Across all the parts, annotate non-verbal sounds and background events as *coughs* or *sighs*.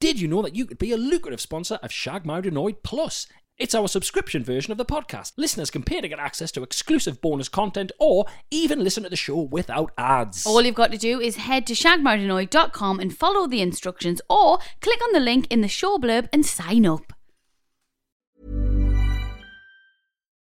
Did you know that you could be a lucrative sponsor of Shag Moudinoid Plus? It's our subscription version of the podcast. Listeners can pay to get access to exclusive bonus content or even listen to the show without ads. All you've got to do is head to shagmardinoid.com and follow the instructions or click on the link in the show blurb and sign up.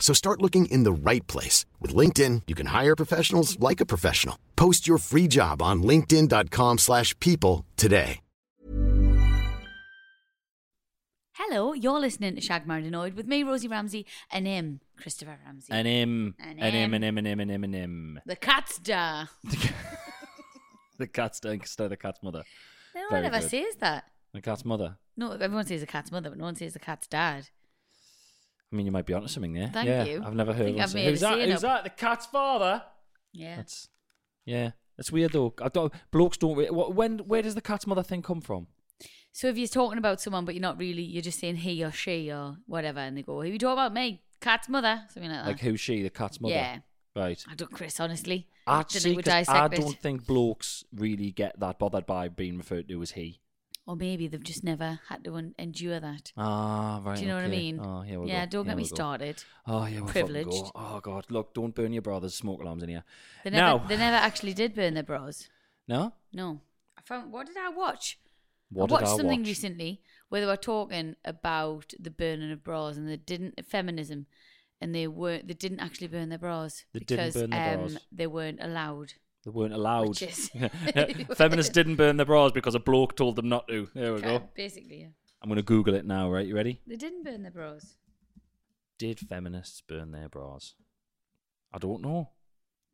So start looking in the right place. With LinkedIn, you can hire professionals like a professional. Post your free job on linkedin.com/people slash people today. Hello, you're listening to Shag Mardinoid with me, Rosie Ramsey, and him, Christopher Ramsey. An M, An an M, M. an M, an M, an M, an M. *laughs* the cat's da. The cat's don't stay the cat's mother. No one Very ever good. says that. The cat's mother. No, everyone says the cat's mother, but no one says the cat's dad. I mean, you might be onto something there. Thank yeah, you. I've never I heard think one I've say, made a Who's that? saying Who's that? The cat's father. Yeah. That's yeah. That's weird though. I don't. Blokes don't. Re- what, when? Where does the cat's mother thing come from? So if you're talking about someone, but you're not really, you're just saying he or she or whatever, and they go, "Who you talking about? Me, cat's mother, something like that." Like who's she? The cat's mother. Uh. Yeah. Right. I don't, Chris. Honestly, I, Don't think see, we 'cause I dissect it. don't think blokes really get that bothered by being referred to as he. or maybe they've just never had to en- endure that. Ah, right. Do you know what I okay. mean? Oh, here we go. yeah, don't here get me we go. started. Oh, yeah, we'll fucking go. Privileged. Oh god, look, don't burn your brother's smoke alarms in here. They Now- never, they never actually did burn their bras. No, No, I found. What did I watch? what I watched did I something watch? recently where they were talking about the burning of bras and they didn't feminism, and they weren't. They didn't actually burn their bras They didn't because burn their um, bras. they weren't allowed. They weren't allowed. Which is- *laughs* *laughs* Feminists didn't burn their bras because a bloke told them not to. There we Kind of go. Basically, yeah. I'm gonna Google it now. Right, you ready? They didn't burn their bras. Did feminists burn their bras? I don't know.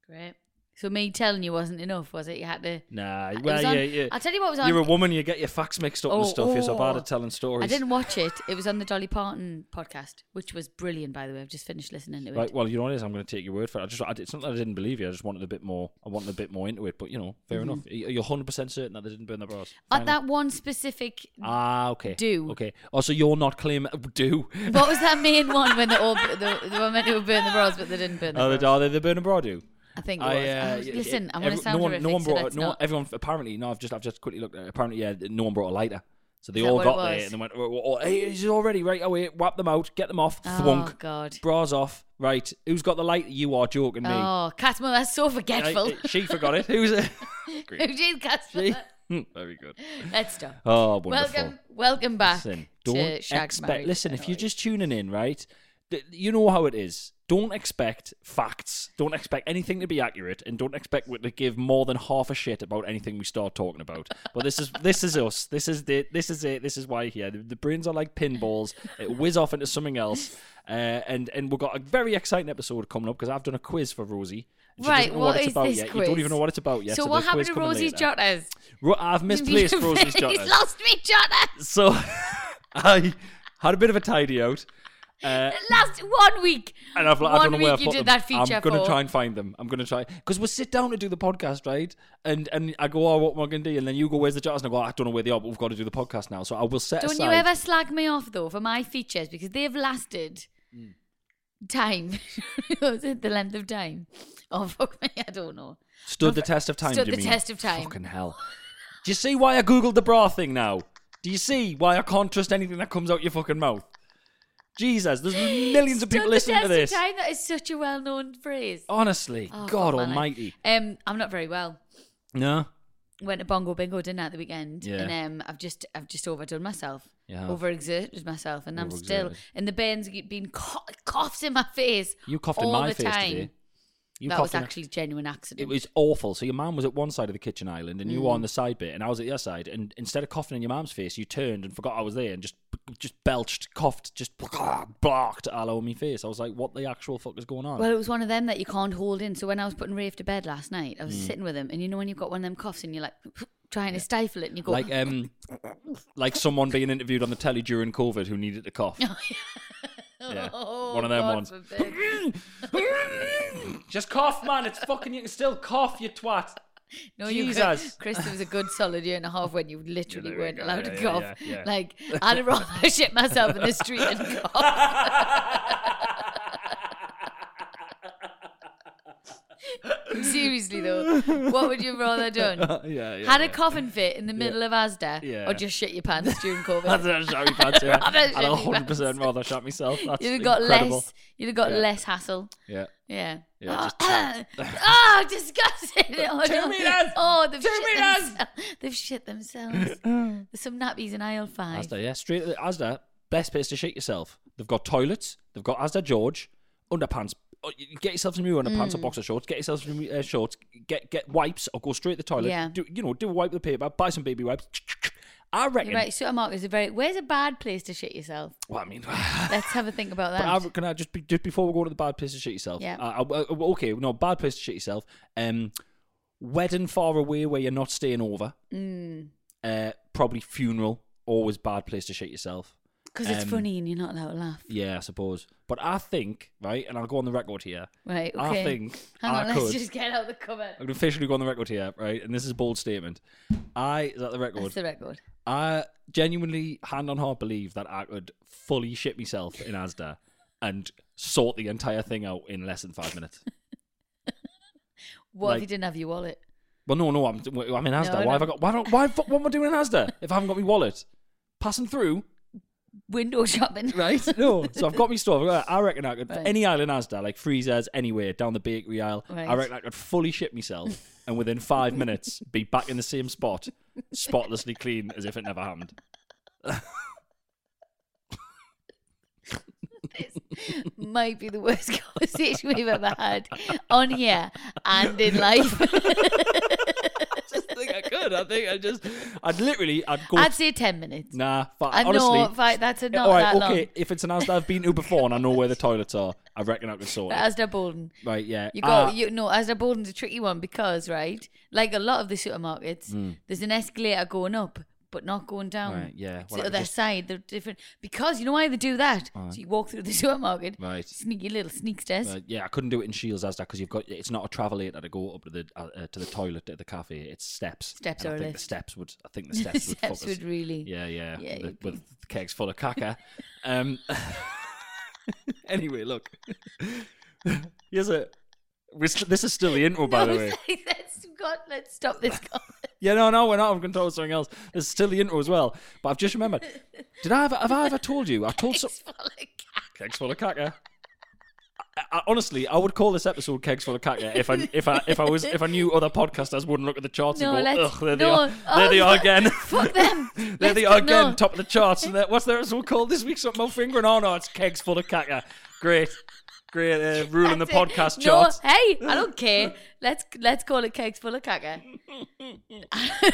Great. So me telling you wasn't enough, was it? You had to. Nah, It well, was yeah, on- yeah. I'll tell you what was on- Oh, You're a woman, you get your facts mixed up and stuff. You're so bad at telling stories. I didn't watch it. It was on the Dolly Parton podcast, which was brilliant, by the way. I've just finished listening to it. Right, well, you know what it is. I'm going to take your word for it. I just, I, did- it's not that I didn't believe you. I just wanted a bit more. I wanted a bit more into it. But you know, fair enough. You- You're 100 percent certain that they didn't burn their bras. Mm-hmm. At Fine. that one specific. ah, okay. do. okay. Oh, so you're not claiming *laughs* do. What was that main one when they all they, they were meant to burn the bras, but they didn't burn the Oh, bras? they, are they the burn a bra do? I think it was. I, uh, Oh, yeah, listen, it- I'm going every- to sound no one, horrific, no one so brought. that's no, one- not- everyone apparently. No, I've just, I've just quickly looked. at it. Apparently, yeah, no one brought a lighter, so they Is that all what it got there was? and they went, oh, oh, "Hey, is it already right? Oh, wait, wipe them out, get them off, oh thwunk, God. bras off, right? Who's got the light? You are joking me. Oh, Catmull, that's so Yeah, forgetful. it- *laughs* she forgot it. Who's it? Who did She? Catmull? Hmm, Very good. Let's stop. Oh, wonderful. Welcome, welcome back Listen, to don't Shag expect. Married Listen, if you're Annoyed. just tuning in, right, th- you know how it is. Don't expect facts. Don't expect anything to be accurate, and don't expect we- to give more than half a shit about anything we start talking about. But this *laughs* is this is us. This is the this is it. This is why here. The, the brains are like pinballs. It whiz off into something else. Uh, and and we've got a very exciting episode coming up because I've done a quiz for Rosie. She doesn't Right, know what it's is about this yet. quiz? You don't even know what it's about yet. So, so what the happened quiz to coming Rosie's later. jotters? Ro- I've misplaced Rosie's *laughs* He's jotters lost me jotters. so *laughs* I had a bit of a tidy out, Last one week. and I've one I don't know week where I you put did them. that feature I'm gonna for. try and find them. I'm gonna try because we sit down to do the podcast, right? And and I go, oh, what am I gonna do? And then you go, where's the jars? And I go, "Oh, I don't know where they are, but we've got to do the podcast now. So I will set Don't aside. you ever slag me off though for my features because they've lasted Mm. time. *laughs* Was it the length of time? Oh fuck me, I don't know. stood the test of time. Stood do you the mean? test of time. Fucking hell! Do you see why I googled the bra thing now? Do you see why I can't trust anything that comes out your fucking mouth? Jesus, *gasps* there's millions of Stood people the listening test to of this. time, that is such a well-known phrase. Honestly, Oh, God fuck my life. Almighty. Um, I'm not very well. No. Went to Bongo Bingo dinner at the weekend, Yeah. and um, I've just I've just overdone myself, You have. overexerted myself, and I'm still Overexerted. and the burns been co- coughs in my face. You coughed all in my the face time. today. You that coughed was in a- actually genuine accident. It was awful. So your mum was at one side of the kitchen island, and you Mm. were on the side bit, and I was at the other side. And instead of coughing in your mum's face, you turned and forgot I was there, and just just belched, coughed, just *laughs* blocked all over my face. I was like, "What the actual fuck is going on?" Well, it was one of them that you can't hold in. So when I was putting Rafe to bed last night, I was Mm. sitting with him, and you know when you've got one of them coughs and you're like *laughs* trying to stifle it, and you *laughs* go, like um, like someone being interviewed on the telly during COVID who needed to *laughs* cough. yeah. "Oh, One of them God ones. *laughs* forbid." Just cough, man. It's fucking. You can still cough, you twat. No, you Jesus. could- Chris, there was a good solid year and a half when you literally Yeah, weren't yeah, allowed yeah, to cough. yeah, yeah. Like, I'd rather *laughs* shit myself in the street and *laughs* cough. *laughs* Seriously, though, what would you have rather done? yeah, *laughs* yeah. Had a coughing fit in the middle of Asda Yeah. or just shit your pants *laughs* during COVID? That's a shabby pants, *laughs* yeah. That's a I'd shabby 100 percent rather shot myself. That's You'd have got incredible. less. You'd have got Yeah. less hassle. Yeah. Yeah. Yeah, oh, just- *laughs* oh, *laughs* disgusting. Oh, Two no. meters. Oh, they've Two shit meters. themselves. They've *laughs* shit themselves. There's some nappies in aisle five. Asda, yeah, straight Asda. Best place to shit yourself. They've got toilets. They've got Asda George underpants. Oh, you- you Get yourself some new underpants or Mm. boxer shorts. Get yourself some new uh, shorts. Get get wipes or go straight to the toilet. Yeah. Do you know? Do a wipe with paper. Buy some baby wipes. I reckon. You're right, supermarket is a very. Where's a bad place to shit yourself? Well, I mean, *laughs* Let's have a think about But I, that. can I just be, just before we go to the bad place to shit yourself? Yeah. Uh, uh, uh, okay, no bad place to shit yourself. Um, wedding far away where you're not staying over. Mm. Uh, probably funeral. Always bad place to shit yourself. Because it's um, funny and you're not allowed to laugh. Yeah, I suppose. But I think right, and I'll go on the record here. Right, I okay. think Hang on, I let's could- just get out the cupboard. I'm gonna officially go on the record here, right? And this is a bold statement. I is that the record? That's the record. I genuinely, hand on heart, believe that I could fully shit myself in ASDA and sort the entire thing out in less than five *laughs* minutes. What Like- if you didn't have your wallet? Well, no, no, I'm, I'm in Asda. No, I why have I don't- got? Why don't? Why fuck? What am I doing in Asda if I haven't got my wallet? Passing through, Window *laughs* shopping. right? *laughs* No, so I've got my stuff. Right, I reckon I could Right. any aisle in Asda, like freezers, anywhere down the bakery aisle. I Right. reckon I could fully shit myself, and within five minutes, be back in the same spot, spotlessly clean as if it never happened. Might be the worst *laughs* conversation we've ever had on here and in *laughs* life. *laughs* I think I could. I think I just, I'd literally, I'd go. I'd say 10 minutes. Nah, but I honestly, know, fi- that's a- not all right, that okay. long. If it's an Asda I've been to before and I know where the toilets are, I reckon I could sort it. Asda Bolden. Right, yeah. Uh, You got Ah, you no Asda Bolden's a tricky one because right, like a lot of the supermarkets, there's an escalator going up but not going down. Hmm. Right, yeah. it's Well, I the could other just- side. They're different because you know why they do that. So you walk through the *laughs* supermarket, Right. Sneaky little sneaksters. *laughs* Uh, yeah, I couldn't do it in Shields Asda because you've got it's not a travelator to go up to the uh, uh, to the toilet at the cafe. It's steps. Steps And or I a think the lift. steps would. I *laughs* think the The steps, would. steps fuck us. would really. Yeah, yeah. Yeah, with, you'd with kegs full of caca. um. *laughs* anyway, look. *laughs* Here's a. We're st- this is still the intro, by the way. That's God, let's stop *laughs* this. conversation. Yeah, no, no, we're not. I'm going to talk something else. This is still the intro as well. But I've just remembered. Did I ever? Have I ever told you? I told some. It's full of cat. Kegs full of caca. I, I, honestly, I would call this episode "Kegs full of caca" if I if I if I was if I knew other podcasters wouldn't look at the charts No, and go, let's "Ugh, there they no. are, there they Oh, are *laughs* again." *laughs* *laughs* Fuck them. There Let's they are go- no. again, top of the charts. And that, what's their episode called this week? Something about fingering? Oh no, it's kegs full of caca. Great, great, uh, ruling the That's it. podcast no, charts. Hey, I don't care. Let's let's call it cakes full of *laughs* caca.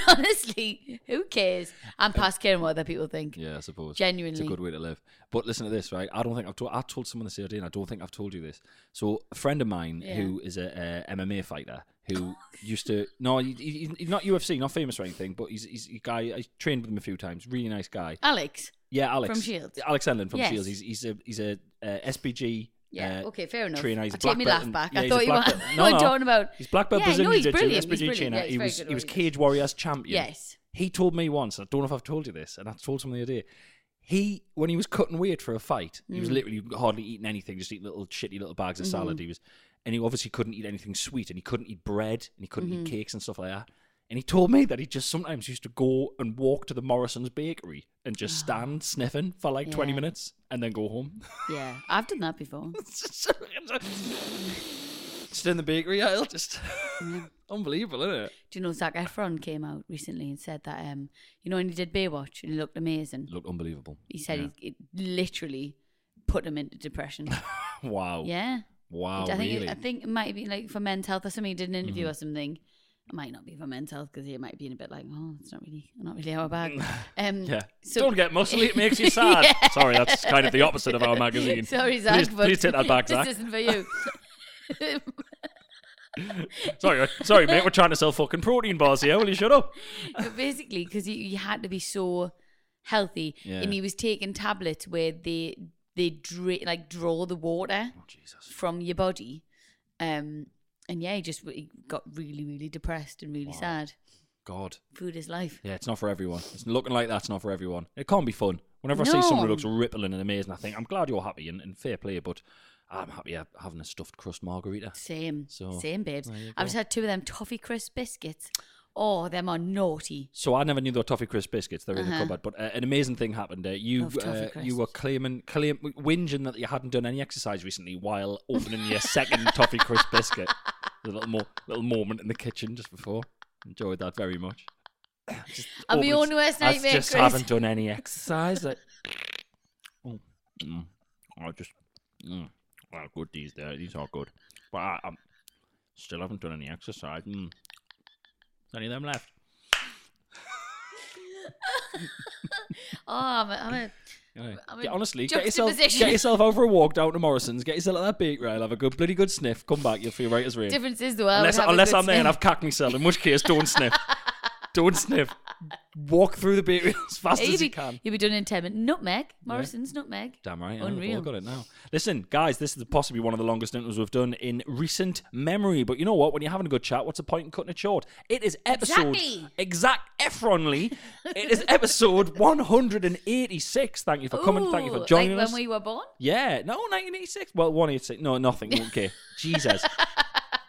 Honestly, who cares? I'm past caring what other people think. Yeah, I suppose. It's a Genuinely. good way to live. But listen to this, right? I don't think I've told, I told someone this the other day, and I don't think I've told you this. So a friend of mine Yeah. who is a, uh MMA fighter who used to *laughs* no, he, he, he's not UFC, not famous or anything, but he's he's a guy. I trained with him a few times. Really nice guy. Alex. Yeah, Alex From Shields. Alex Enlund from E Yes. Shields. E He's he's a he's a uh, SBG. Yeah, uh, okay, fair enough. Trainer. He's I'll a black take me belt laugh in- back. yeah, I he's a thought you black were- belt. I *laughs* No, thought no. you were *laughs* talking about- He's black belt Yeah, Brazilian no, he's Jiu-Jitsu, brilliant, he's SBG brilliant, trainer. yeah, he's he very was good he was at what he does. Cage Warriors champion. Yes. He told me once, I don't know if I've told you this, and I told someone the other day. He, when he was cutting weight for a fight, he Mm. was literally hardly eating anything, just eating little shitty little bags of Mm-hmm. salad. He was, and he obviously couldn't eat anything sweet, and he couldn't eat bread, and he couldn't Mm-hmm. eat cakes and stuff like that. And he told me that he just sometimes used to go and walk to the Morrison's bakery and just stand sniffing for like twenty Ah. Yeah. minutes and then go home. Yeah, I've done that before. *laughs* Just in the bakery aisle, just *laughs* unbelievable, isn't it? Do you know Zach Efron came out recently and said that um, you know, when he did Baywatch and he looked amazing. Looked unbelievable. *laughs* He said he it literally put him into depression. Wow. yeah. Uh, Wow, I think Oh, really? Mm-hmm. it, I think it might be like for men's health or something. He did an interview or something. It might not be for men's health because he might be in a bit like, oh, it's not really, not really our bag. *laughs* Um, Mm. yeah. so- Don't get muscly; it makes *laughs* you sad. Yeah. Sorry, that's kind of the opposite of our magazine. *laughs* Sorry, Zach, Please, but please take that back, Zach. *laughs* This isn't for you. Sorry, uh, sorry, mate. We're trying to sell fucking protein bars here. Will you shut up? But basically, because you, you had to be so healthy, Yeah. and he was taking tablets where they they dra- like draw the water Oh, from your body, um, and yeah, he just he got really really depressed and really sad. God. Food is life. Yeah, it's not for everyone. It's looking like that's not for everyone. It can't be fun. Whenever I No. see someone who looks rippling and amazing, I think I'm glad you're happy and, and fair play, but I'm happy ha- having a stuffed crust margarita. Same, So, same, babes. there you I've just had two of them toffee crisp biscuits. Oh, them are naughty. So I never knew there were toffee crisp biscuits. They're in the Uh-huh. cupboard. But uh, an amazing thing happened. Uh, you Love Toffee uh, you were Crisps. claiming claim whinging that you hadn't done any exercise recently while opening your *laughs* second toffee crisp biscuit. A little more little moment in the kitchen just before. Enjoyed that very *coughs* much. Just I'm your opening- worst I nightmare, just Chris. haven't done any exercise. *laughs* Like, oh, mm, I just mm, well, good these there. These are good, but I, i still haven't done any exercise. Mm. Any of them left? Oh, I'm a, I'm a Yeah. I'm Get- in honestly, get yourself, juxtaposition. get yourself over a walk down to Morrison's, get yourself at that bakery, I'll have a good bloody good sniff, come back, you'll feel right as rain. difference is though. I would unless have a unless good I'm there and *laughs* sniff. I've cacked myself, in which case, don't sniff. *laughs* don't sniff. Walk through the bakery as fast Yeah, as you you'd be, can. you'd be done in ten minutes. Nutmeg, Morrison's nutmeg. Damn right, Unreal. Unreal. I've got it now. Listen, guys, this is possibly one of the longest interviews we've done in recent memory. But you know what? When you're having a good chat, what's the point in cutting it short? It is episode Exactly. exact Efronly. it is *laughs* episode 186. Thank you for coming. Thank you Ooh, for like joining us. when we were born. Yeah, no, 1986. Well, 186. No, nothing. Okay, *laughs* Jesus.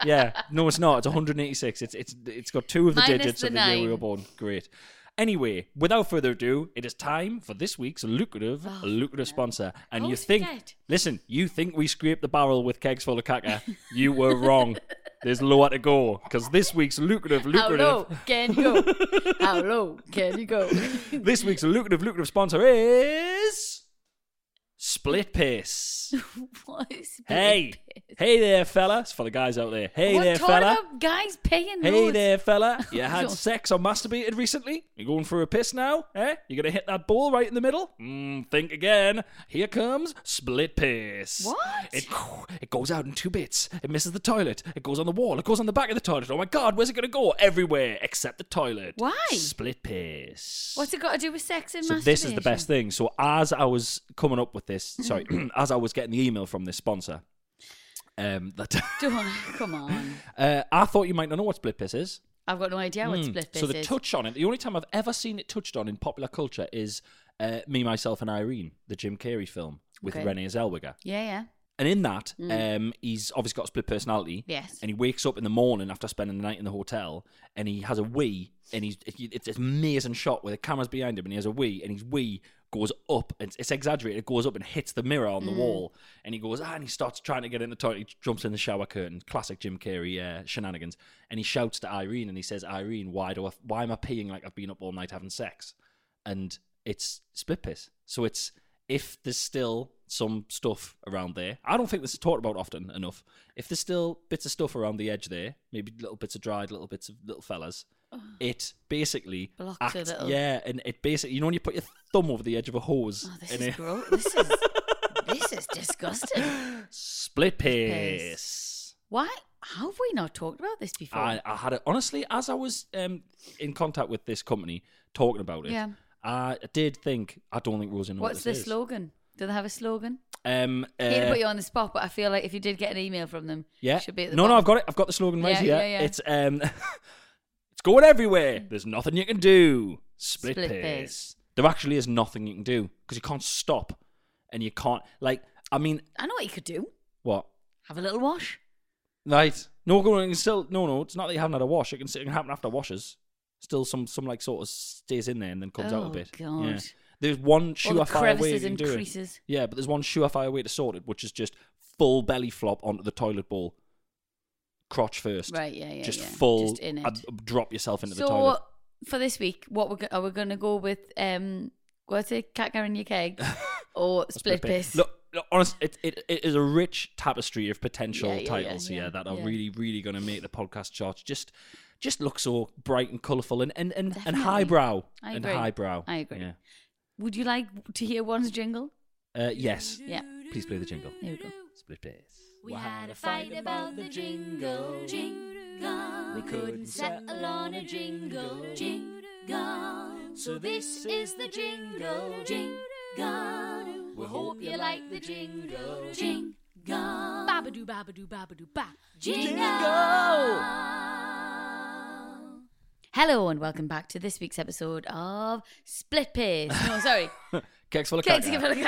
Yeah, no, it's not. It's 186. It's it's it's got two of the Minus digits the of the year we nine. were born. Great. Anyway, without further ado, it is time for this week's lucrative, lucrative sponsor. And you Oh, Always think, forget. listen, you think we scraped the barrel with kegs full of caca? you were wrong. There's lower to go because this week's lucrative, How lucrative. low can *laughs* you go? How low can you go? This week's lucrative, lucrative sponsor is Split Piss. What is *laughs* Hey, hey there, fella. It's for the guys out there. Hey what there, talking fella. about guys paying Hey loads. there, fella. *laughs* You had God. sex or masturbated recently? You going for a piss now? Eh? You gonna hit that ball right in the middle? Mm, think again. Here comes split piss. What? It, *sighs* it goes out in two bits. It misses the toilet. It goes on the wall. It goes on the back of the toilet. Oh my god, where's it gonna go? Everywhere except the toilet. Why? Split piss. What's it got to do with sex and So masturbation? this is the best thing. So as I was coming up with this, sorry, Mm-hmm. *clears throat* as I was getting the email from this sponsor, um, that *laughs* Don't, come on. uh, I thought you might not know what split piss is. I've got no idea what Mm. split piss so the is. touch on it, the only time I've ever seen it touched on in popular culture is uh, Me, Myself and Irene, the Jim Carrey film with Okay. Renee Zellweger. yeah, yeah. And in that, um, he's obviously got a split personality. Yes. And he wakes up in the morning after spending the night in the hotel, and he has a wee, and he's it's an amazing shot where the camera's behind him, and he has a wee, and his wee goes up, and it's, it's exaggerated. It goes up and hits the mirror on the wall, and he goes ah, and he starts trying to get in the toilet. He jumps in the shower curtain, classic Jim Carrey uh, shenanigans, and he shouts to Irene, and he says, "Irene, why do I, why am I peeing like I've been up all night having sex?" and it's split piss. So it's if there's still some stuff around there, I don't think this is talked about often enough. If there's still bits of stuff around the edge there, maybe little bits of dried, little bits of little fellas, it basically Blocks acts, a little. yeah, and it basically you know when you put your thumb over the edge of a hose Oh, this and is it gross. *laughs* This is this is disgusting. split piss. piss. Why? How have we not talked about this before? I, I had it honestly as I was um, in contact with this company talking about it. Yeah. I did think I don't think Rosie knows What's what the this is. slogan? Do they have a slogan? Um, I hate to uh, put you on the spot, but I feel like if you did get an email from them, Yeah. it should be at the no, no, bottom. I've got it. I've got the slogan right Yeah, here. yeah, yeah. It's um, *laughs* it's going everywhere. There's nothing you can do. Split, Split piss. piss. There actually is nothing you can do because you can't stop, and you can't like. I mean, I know what you could do. what? Have a little wash. Right? No going. Still, no, no. It's not that you haven't had a wash. It can, it can happen after washes. Still, some some like sort of stays in there and then comes out a Oh, bit. God. Yeah. There's one All the surefire way you crevices can and do it. creases. Yeah, but there's one surefire way to sort it, which is just full belly flop onto the toilet bowl, crotch first. Right, yeah, yeah. just yeah. full Just in it. ab- drop yourself into the so toilet. for this week, what we're go- are *laughs* we going to go with? Um, what's it? Cat in your keg or split piss? Look, look, honest, it, it, it is a rich tapestry of potential Yeah, yeah, yeah, titles here yeah, that are yeah. really, really going to make the podcast charts just just look so bright and colourful and and and, and Definitely. highbrow I and agree. highbrow. I agree. Yeah. Would you like to hear one's jingle? Uh, yes. Yeah. Please play the jingle. There we go. Split bass. We had a fight about the jingle, jingle. We couldn't settle on a jingle, jingle. So this is the jingle, jingle. We hope you like the jingle, jingle. Babadoo, babadoo, babadoo, ba. Jingle. Hello and welcome back to this week's episode of Split Pace. No, *laughs* sorry. Keks for a Keks cracker. for No, a cracker. we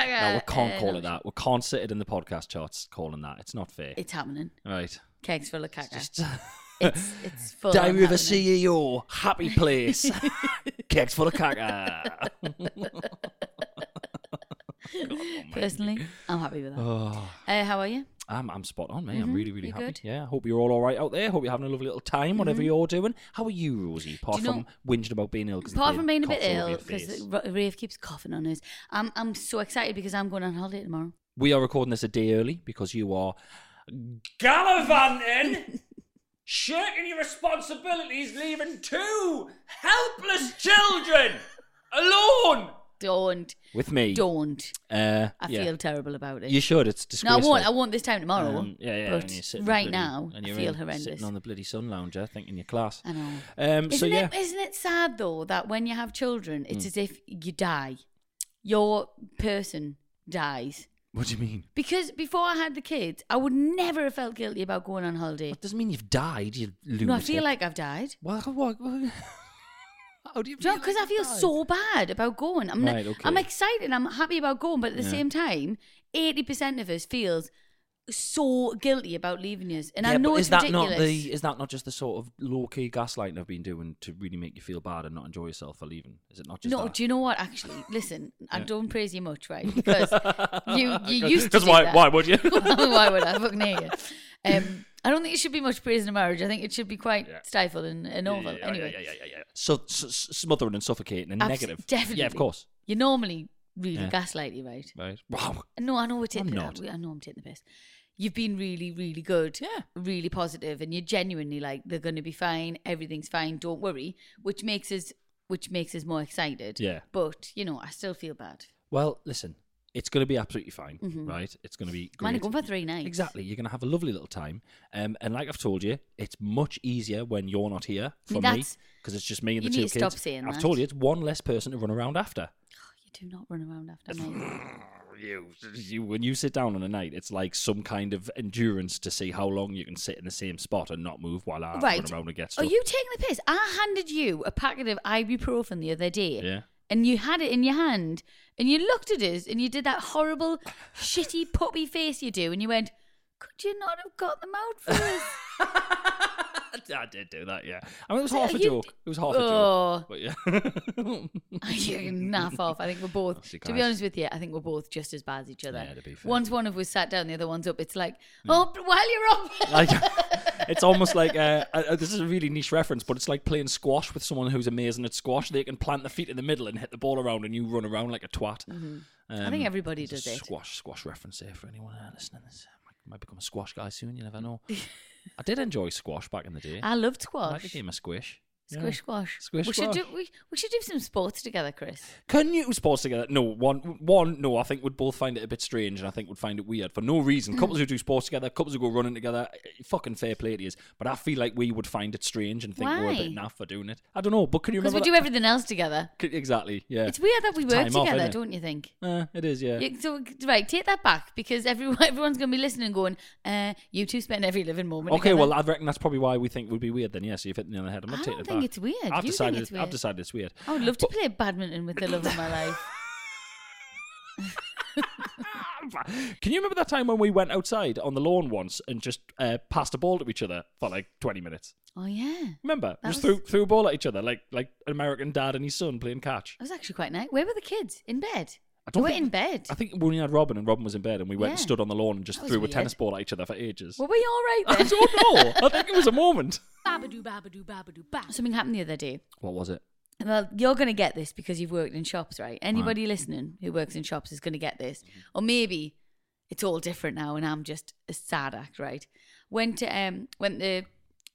can't Uh, call no. it that. We can't sit it in the podcast charts calling that. It's not fair. it's happening. right. Kegs full of caca. Just *laughs* it's it's full. on Diary of a happening. CEO, happy *laughs* place. Keks full of caca. Personally, I'm happy with that. Oh, Uh, how are you? *sighs* I'm, I'm spot on, mate. I'm really, really Mm-hmm. you're happy. good. Mm-hmm. Yeah, hope you're all all right out there. Hope you're having a lovely little time, whatever you're doing. How are you, Rosie? Apart Do you from know- whinging about being ill. 'cause Apart the from being a bit cough's all over ill, your because face. Rafe keeps coughing on us. I'm I'm so excited because I'm going on holiday tomorrow. we are recording this a day early because you are *laughs* gallivanting, shirking your responsibilities, leaving two helpless children alone Don't, with me. don't. Uh, I yeah. feel terrible about it. you should. It's no, I disgraceful. won't. I won't this time tomorrow. Um, yeah, yeah. But and you're sitting right bloody- now, and I you're feel in- horrendous. Sitting on the bloody sun lounger, thinking you're class. I know. Um, so Isn't, yeah, it, isn't it sad though that when you have children, it's Mm. as if you die. Your person dies. what do you mean? Because before I had the kids, I would never have felt guilty about going on holiday. That doesn't mean you've died. You lose. No, I feel like I've died. What? what, what- *laughs* How do you? No, feel because I like feel you've died? so bad about going. I'm, Right, not, okay. I'm excited. I'm happy about going, but at the Yeah. same time, eighty percent of us feels so guilty about leaving us, and I Yeah, know but it's is that ridiculous. not the? Is that not just the sort of low key gaslighting I've been doing to really make you feel bad and not enjoy yourself for leaving? Is it not just? no, that? do you know what? Actually, listen, I don't praise you *laughs* much, right? Because you you used to Because do why? that. Why would you? *laughs* why would I fucking hate you? Um, I don't think it should be much praise in a marriage. I think it should be quite Yeah. stifled and, and awful. Yeah, yeah, anyway, yeah, yeah, yeah, yeah. So, so smothering and suffocating and Abs- negative. definitely. Yeah, of course. you're normally really Yeah. gaslighty, right? Right. Wow. No, I know we're taking I'm the- not. I know I'm taking the piss. You've been really, really good. Yeah. Really positive, and you're genuinely like they're going to be fine. Everything's fine. Don't worry, which makes us which makes us more excited. Yeah. But you know, I still feel bad. Well, listen, it's going to be absolutely fine, Mm-hmm. right? It's going to be Man, I'm great. going for three nights. Exactly. You're going to have a lovely little time. Um, and like I've told you, it's much easier when you're not here I for mean, me that's- because it's just me and you the two need to kids. stop saying I've that. told you, it's one less person to run around after. You do not run around after *laughs* me. You, you, when you sit down on a night, it's like some kind of endurance to see how long you can sit in the same spot and not move while I right. run around and get Are stuff. you taking the piss? I handed you a packet of ibuprofen the other day. Yeah. and you had it in your hand and you looked at us and you did that horrible *laughs* shitty puppy face you do and you went could you not have got them out for us I did do that, yeah. I mean, it was Are half a you- joke. It was half Oh. a joke. But yeah. *laughs* *laughs* you can naff off I think we're *laughs* both Honestly, to be guys. honest with you I think we're both just as bad as each other Oh, Yeah, to be fair. Hmm. once one of us sat down the other one's up it's like oh but while you're up like it's almost like uh, uh, this is a really niche reference, but it's like playing squash with someone who's amazing at squash. They can plant their feet in the middle and hit the ball around, and you run around like a twat. Mm-hmm. I think everybody It's does a it Squash, squash reference here for anyone uh, listening. This might, might become a squash guy soon. You never know. *laughs* I did enjoy squash back in the day. I I loved squash became a squish. Yeah. squish squash Squish we should do squash. we, we should do some sports together Chris Can you sports together? No, one, one, no. I think would both find it a bit strange, and I think would find it weird for no *clears throat* reason. Couples who do sports together, couples who go running together, eh, fucking fair play to you. But I feel like we would find it strange and think we're a bit Why? naff for doing it. I don't know, but can you because remember? we do everything else together that? C- Exactly. Yeah. it's weird that we It's work time off, together innit? don't you think Eh, it is. Yeah. Yeah, so right, take that back because everyone *laughs* everyone's going to be listening, and going, uh, "You two spend every living moment." Okay, together." well, I reckon that's probably why we think it would be weird then. Yeah, so you've hit the nail on the head. I'm not I taking it don't think back. it's weird. You I've think decided. it's weird. Oh. I've decided it's weird. I would love to play badminton with the love of my life. *laughs* Can you remember that time when we went outside on the lawn once and just uh, passed a ball to each other for like 20 minutes? Oh yeah, Remember, That just was- threw threw a ball at each other like like an American dad and his son playing catch. that was actually quite nice. Where were the kids? In bed. I They don't were think- in bed. I think we only had Robin and Robin was in bed, and we went and Yeah. stood on the lawn and just That was threw a weird. tennis ball at each other for ages. Were we all I right then? don't know. I think it was a moment. Babadoo, babadoo, babadoo, ba. *laughs* Something happened the other day. What was it? Well, you're going to get this because you've worked in shops, right? Anybody listening who works in shops is going to get this, or maybe it's all different now, and I'm just a sad act, right? Went to um went to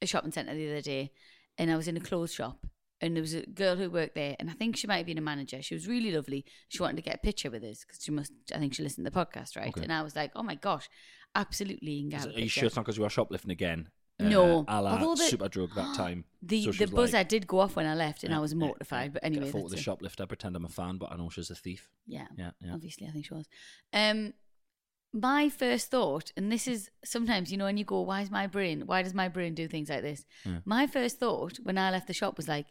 a shopping centre the other day, and I was in a clothes shop, and there was a girl who worked there, and I think she might have been a manager. She was really lovely. She wanted to get a picture with us because she must, I think she listened to the podcast, right? Okay. And I was like, oh my gosh, absolutely, you can get Is- a Are you picture. sure it's not because you are shoplifting again? Uh, No. a la Although the- super drug *gasps* that time. The So she the was buzz like, I did go off when I left, and I was "Yeah, mortified. But get a anyway, photo of the that's it. shoplifter, pretend I'm a fan, but I know she's a *laughs* thief. yeah, Yeah, yeah. obviously, I think she was. Um, my first thought, and this is sometimes you know, when you go, "Why is my brain? Why does my brain do things like this?" My first thought when I left the shop was like,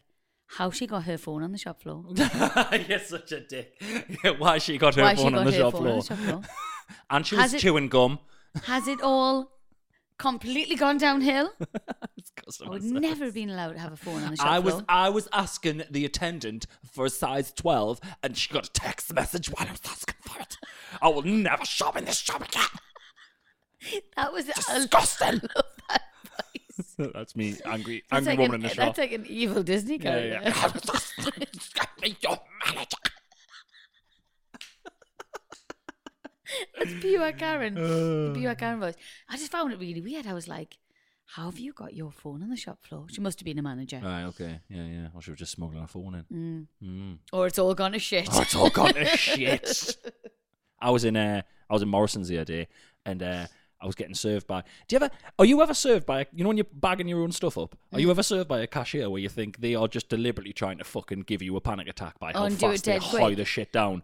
"How she got her phone on the *laughs* shop floor? You're such a dick. *laughs* Yeah, Why she got her Why phone, on the, shop phone floor. on the shop floor? And she was Has it- chewing gum. Has it all completely gone *laughs* downhill? It's I customer would service. never have been allowed to have a phone on the shop I was floor. I was asking the attendant for a size twelve, and she got a text message while I was asking for it. I will never shop in this shop again. that was Disgusting. *laughs* I love that voice. *laughs* That's me, angry That's angry like woman an, in the shop. *laughs* That's like an evil Disney character. *laughs* your manager. It's pure Karen. Uh. It's pure Karen voice. I just found it really weird. I was like, how have you got your phone on the shop floor? She must have been a manager. Right, okay. Yeah, yeah. Or she was just smuggling her phone in. Or it's all gone to shit. Oh, it's all gone to *laughs* shit. I was in uh, I was in Morrison's the other day, and uh, I was getting served by. Do you ever? Are you ever served by? You know when you're bagging your own stuff up. Are Mm. you ever served by a cashier where you think they are just deliberately trying to fucking give you a panic attack by how Oh, and do it fast they dead quick. hoy the shit down?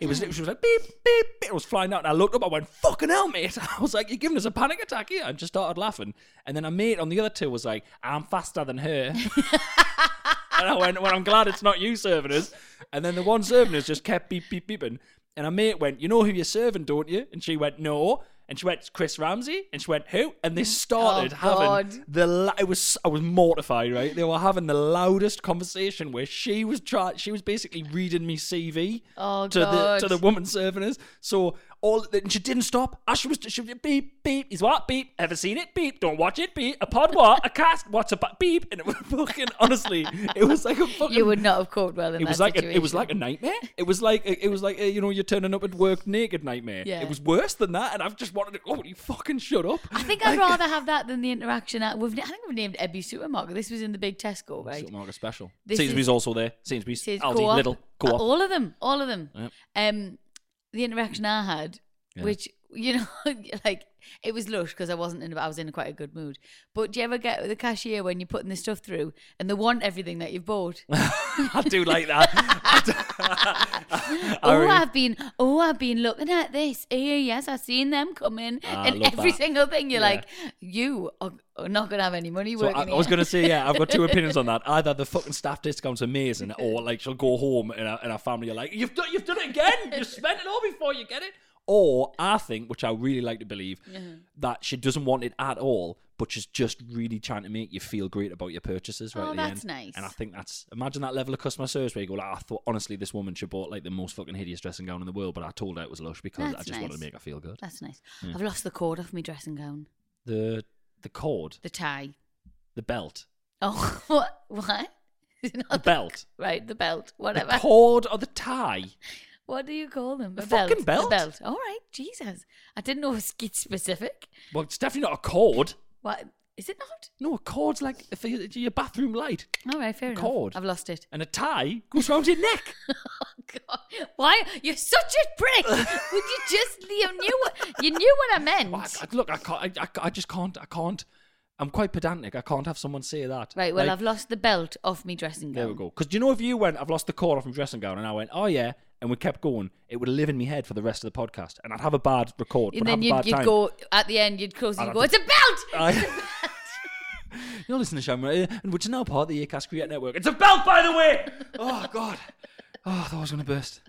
it was. It was like beep beep. beep. It was flying out, and I looked up. I went fucking hell, mate. *laughs* I was like, "You're giving us a panic attack here," and just started laughing. And then I mate on the other two was like, "I'm faster than her." and I went, well, I'm glad it's not you serving us. And then the one serving us just kept beep, beep, beeping. And our mate went, you know who you're serving, don't you? And she went, no. And she went, it's Chris Ramsey. And she went, who? And they started Oh, having God. the, la- it was, I was mortified, right? They were having the loudest conversation where she was trying, she was basically reading me CV Oh, to God. the to the woman serving us. So all and she didn't stop. Ash was she was beep beep. Is what beep? Ever seen it? Beep. Don't watch it. Beep. A pod what? A cast? What's a bu- beep? And it was *laughs* fucking honestly, it was like a fucking. You would not have caught well in Oh. it that was like a, situation. it was like a nightmare. It was like it was like uh, you know you're turning up at work naked nightmare. Yeah. It was worse than that, and I've just wanted to. Oh, you fucking shut up! I think I'd rather have that than the interaction. At, we've, I think we've named every supermarket. This was in the big Tesco, right? Something like a special. This Sainsbury's is- also there. Sainsbury's, Says Aldi, co-op. Uh, Little, Co-op. All of them. All of them. Yep. Um, the interaction I had, Yeah. which you know, *laughs* like it was lush because I wasn't in. I was in quite a good mood. But do you ever get the cashier when you're putting the stuff through and they want everything that you've bought? *laughs* I do like that. oh, really- I've been. Oh, I've been looking at this. Eh, yes, I've seen them coming, Ah, I and love every that. single thing you're Yeah. like, you are, are not gonna have any money So working. I, I was here." going to say, yeah, I've got two opinions on that. Either the fucking staff discount's amazing, or like she'll go home and our, and our family are like, you've done, you've done it again. *laughs* You've spent it all before you get it. Or I think, which I really like to believe, that she doesn't want it at all, but she's just really trying to make you feel great about your purchases right Oh, at the that's end. nice. And I think that's imagine that level of customer service where you go, like, I thought honestly, this woman she bought like the most fucking hideous dressing gown in the world, but I told her it was lush because I That's just wanted to nice. make her feel good. *laughs* That's nice. Hmm. I've lost the cord off my dressing gown. The the cord, The tie. the belt, Oh, *laughs* what? What? It's not the belt, Right, the belt, whatever. the cord or the tie. what do you call them? The A fucking belt. A belt. All right, Jesus. I didn't know it was skid specific. Well, it's definitely not a cord. What is it not? No, a cord's like for your, your bathroom light, All right, fair enough. Cord. I've lost it. *laughs* Oh, and a tie goes round your neck. God, why you're such a *laughs* prick? Would you just you knew what you knew what I meant? Well, I- I- look, I can't. I, I, I just can't. I can't. I'm quite pedantic. I can't have someone say that. Right, well Like, I've lost the belt off me dressing gown. There we go. Because you know, if you went, I've lost the cord off my dressing gown, and I went, oh yeah, and we kept going, it would live in my head for the rest of the podcast, and I'd have a bad record. And but have then a you'd, bad you'd time. go at the end, you'd close and I'd you'd go, have It's a belt! *laughs* I- You're listening to Sham Radio, and which is now part of the Acast Create Network. It's a belt, by the way. Oh God, oh, I thought I was going to burst.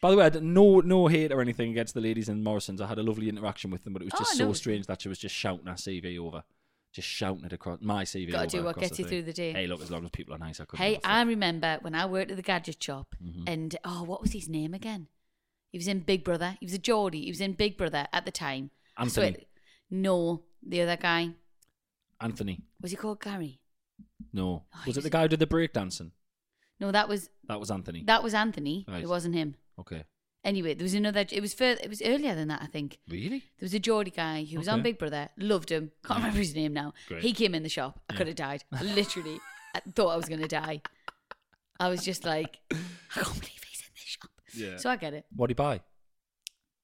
By the way, I had no no hate or anything against the ladies in Morrison's. I had a lovely interaction with them, but it was Oh, just no. so strange that she was just shouting her CV over, just shouting it across my CV. Gotta over do what across gets you thing. through the day. Hey, look, as long as people are nice, I could. Mm-hmm. Hey, I remember when I worked at the gadget shop, and oh, what was his name again? He was in Big Brother. He was a Geordie. He was in Big Brother at the time. I swear- Anthony. no, the other guy Anthony. was he called Gary? No, Oh, was he it the was- guy who did the breakdancing? No, that was That was Anthony. that was Anthony. Right. It wasn't him. okay, Anyway, there was another. It was further. It was earlier than that, I think. Really? There was a Geordie guy who was on Okay. Mm. Big Brother, loved him, can't remember his name now. Great. He came in the shop. I could have died. Literally, I thought I was going to die. I was just like, I can't believe he's in this shop. Yeah. So I get it. What'd he buy?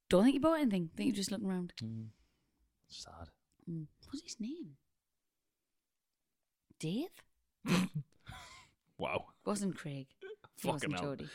Don't think he bought anything. think he was just looking around. Sad. Mm. What's his name? Dave? Wow. Wasn't Craig. He Fucking wasn't hell. Geordie.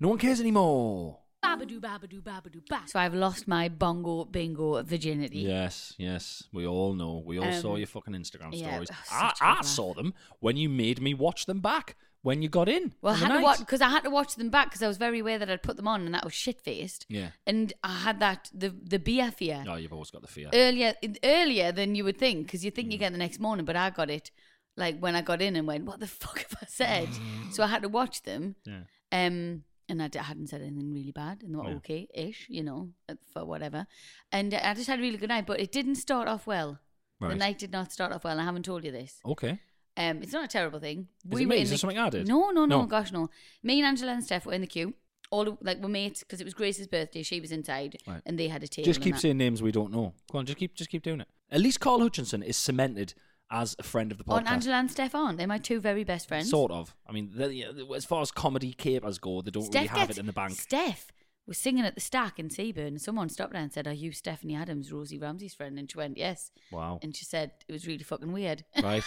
No one cares anymore. Babadoo, babadoo, babadoo, ba. So I've lost my bongo bingo virginity. Yes, yes. We all know. We all saw Um, your fucking Instagram yeah, stories. oh, I, such a good I laugh. saw them when you made me watch them back when you got in. Well, on I the had to night. watch because I had to watch them back because I was very aware that I'd put them on and that was shit faced. Yeah. And I had that the the beer fear Oh, you've always got the fear. earlier earlier than you would think because you think Mm. you get the next morning, but I got it like when I got in and went, "What the fuck have I said?" Mm. so I had to watch them. Yeah. Um, and I, d- I hadn't said anything really bad, and they were Yeah. okay-ish, you know, uh, for whatever. And uh, I just had a really good night, but it didn't start off well. The Right. night did not start off well. I haven't told you this. Okay. Um, it's not a terrible thing. Is it were me? in Is the- it something I did? No, no, no, No. Gosh, no. Me and Angela and Steph were in the queue. All the- like we're mates because it was Grace's birthday. She was inside, Right. and they had a table. Just and keep that. saying names we don't know. Go on, just keep just keep doing it. At least Carl Hutchinson is cemented as a friend of the On podcast. Angela Oh, and Steph aren't. They're my two very best friends. Sort of. I mean, they- yeah, as far as comedy capers go, they don't really have it gets- in the bank. Steph was singing at the stack in Seaburn, and someone stopped her and said, "Are you Stephanie Adams, Rosie Ramsey's friend?" And she went, "Yes." wow. And she said it was really fucking weird. *laughs* Right. *laughs*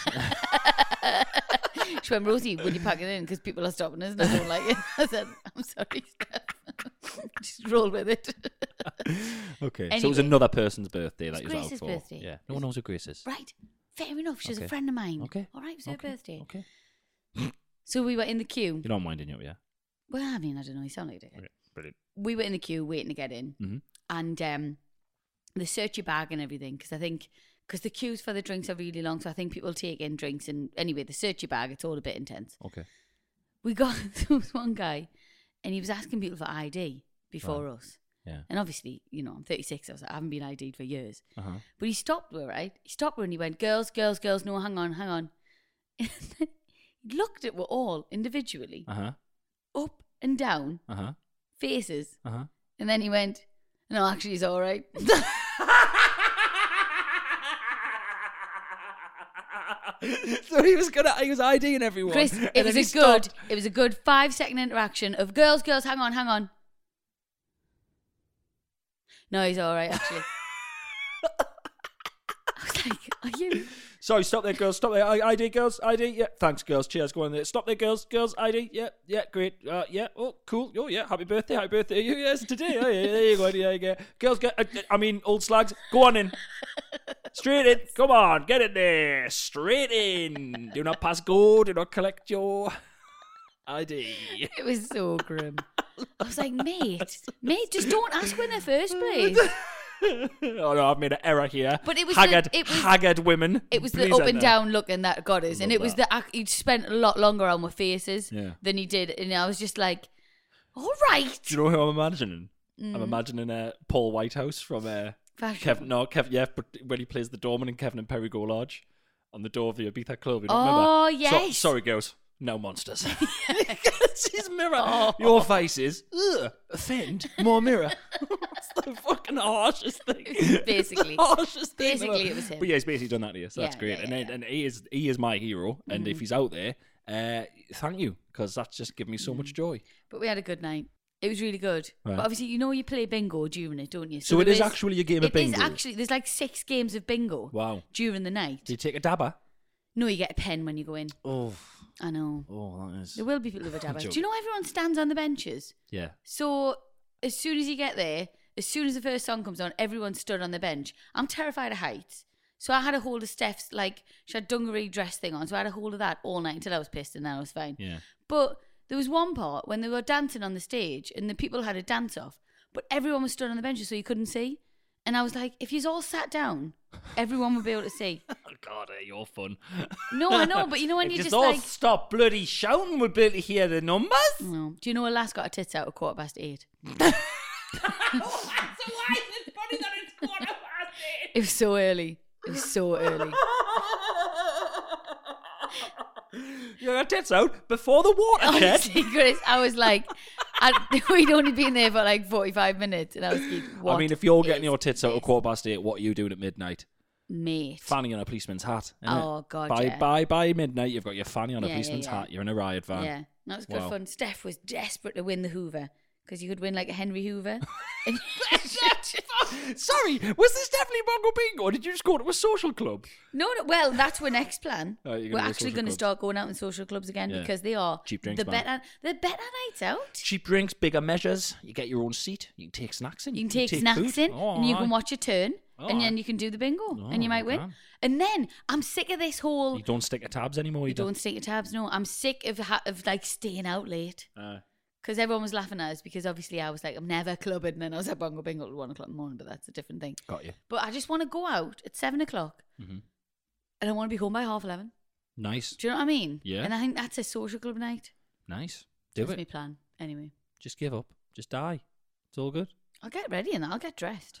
she went, "Rosie, would you pack it in? Because people are stopping us, and I don't like it." *laughs* I said, "I'm sorry, Steph." *laughs* Just roll with it. *laughs* okay. So it was Anyway. another person's birthday It that was you was out Grace's for. birthday. Yeah. It No was- one knows who Grace is. right. Fair enough. She's Okay. a friend of mine. Okay. All right. It was her Okay. birthday. Okay. So we were in the queue. You don't mind it, yeah? Well, I mean, I don't know. He sounded like a dickhead. Okay. Brilliant. we were in the queue waiting to get in, Mhm. and um, they search your bag and everything because I think because the queues for the drinks are really long, so I think people take in drinks and anyway they search your bag. It's all a bit intense. Okay. We got *laughs* there was one guy, and he was asking people for ID before Right. us, Yeah. and obviously you know I'm 36, I, was like, I haven't been ID'd for years, Uh huh. but he stopped her right. He stopped her and he went, "Girls, girls, girls, no, hang on, hang on." *laughs* And then he looked at we all individually, Uh huh. up and down, Uh huh. faces. Uh huh. And then he went, No, actually, he's all right. *laughs* *laughs* so he was gonna, he was IDing everyone. *laughs* Chris, and it then was he a good, stopped. it was a good five second interaction of girls, girls, hang on, hang on. No, he's all *laughs* right, actually. I was like, Are you? Sorry, stop there, girls. Stop there. I- ID, girls. ID. Yeah, thanks, girls. Cheers. Go on there. Stop there, girls. Girls. ID. Yeah, yeah, great. Uh, yeah. Oh, cool. Oh, yeah. Happy birthday. Happy birthday. You. Yes, today. Oh, yeah. There you go. Yeah, yeah. Girls. Get, uh, I mean, old slags. Go on in. Straight in. Come on. Get in there. Straight in. Do not pass go. Do not collect your ID. It was so grim. I was like, Mate, mate, just don't ask her in *laughs* the first place. *laughs* oh no, I've made an error here. But it was the- haggard, it was- haggard women. It was Please the up enter. and down look, and that got us. And Love it was that. the ac- he spent a lot longer on my faces Yeah. than he did, and I was just like, "All right, Do you know who I'm imagining? Mm. I'm imagining uh, Paul Whitehouse from uh, Fashion. Kevin. No, Kevin. Yeah, but when he plays the doorman in Kevin and Perry Go Large on the door of the Ibiza club. You don't Oh, remember? So- yes. sorry, girls. No *laughs* monsters. it's his mirror. Oh. Your face is ugh, offend more *laughs* mirror. it's the fucking harshest thing. It's the Basically. *laughs* harshest thing. Basically, it was him. But yeah, he's basically done that to you. So that's Yeah, great. yeah, and yeah, Mm. then, and he is he is my hero. And if he's out there, uh, thank you because that's just given me Mm. so much joy. But we had a good night. It was really good. Right. But obviously, you know you play bingo during it, don't you? So, it there is, actually a game of it is bingo. actually there's like six games of bingo. Wow. During the night. Do you take a dabber? no, you get a pen when you go in. Oh, I know. oh, that is. There will be people who are *laughs* I'm dabbers. Do you joking. know everyone stands on the benches? Yeah. So as soon as you get there, as soon as the first song comes on, everyone stood on the bench. I'm terrified of heights. So I had a hold of Steph's like she had dungaree dress thing on, so I had a hold of that all night until I was pissed and then I was fine. Yeah. But there was one part when they were dancing on the stage and the people had a dance off, but everyone was stood on the benches so you couldn't see. And I was like, if you all sat down, everyone would be able to see. Oh God, eh, you're fun. No, I know, *laughs* but you know when you just all like- stop bloody shouting, we'd be able to hear the numbers. *laughs* No. Do you know a lass got her tits out at quarter past eight? It was so early. It was so early. Your tits out before the water jet. *laughs* Honestly, Chris, I was like, And *laughs* we'd only been there for like 45 minutes. And I was like, what? I mean, if you're getting is your tits out at this? quarter past eight, what are you doing at midnight? Mate. Fanny on a policeman's hat. innit? Oh, God. by yeah. by by midnight, you've got your fanny on a Yeah, yeah, policeman's yeah. hat. You're in a riot van. Yeah, that was good Wow. fun. Steph was desperate to win the Hoover because you could win like a Henry *laughs* Hoover. *laughs* Sorry, was this definitely Bongo Bingo? Or did you just go to a social club? no, no, well, that's our next plan. Oh, you're gonna We're go to actually social going to clubs. start going out in social clubs again Yeah. because they are Cheap drinks, the man. better, the better nights out. Cheap drinks, bigger measures. You get your own seat. You can take snacks in. You can take food. snacks in Oh, and you can aye. watch a turn Oh, and aye. then you can do the bingo and Oh, you might win. okay. And then I'm sick of this whole You don't stick at tabs anymore. You, you don't stick your tabs. No, I'm sick of ha- of like staying out late. Aye. Because everyone was laughing at us because obviously I was like, I'm never clubbing. And then I was at Bongo Bingo at one o'clock in the morning, but that's a different thing. Got you. But I just want to go out at seven o'clock Mhm. and I want to be home by half 11. Nice, Do you know what I mean? Yeah. And I think that's a social club night. nice. Do that's it. my plan. Anyway, Just give up. Just die. It's all good. I'll get ready and I'll get dressed.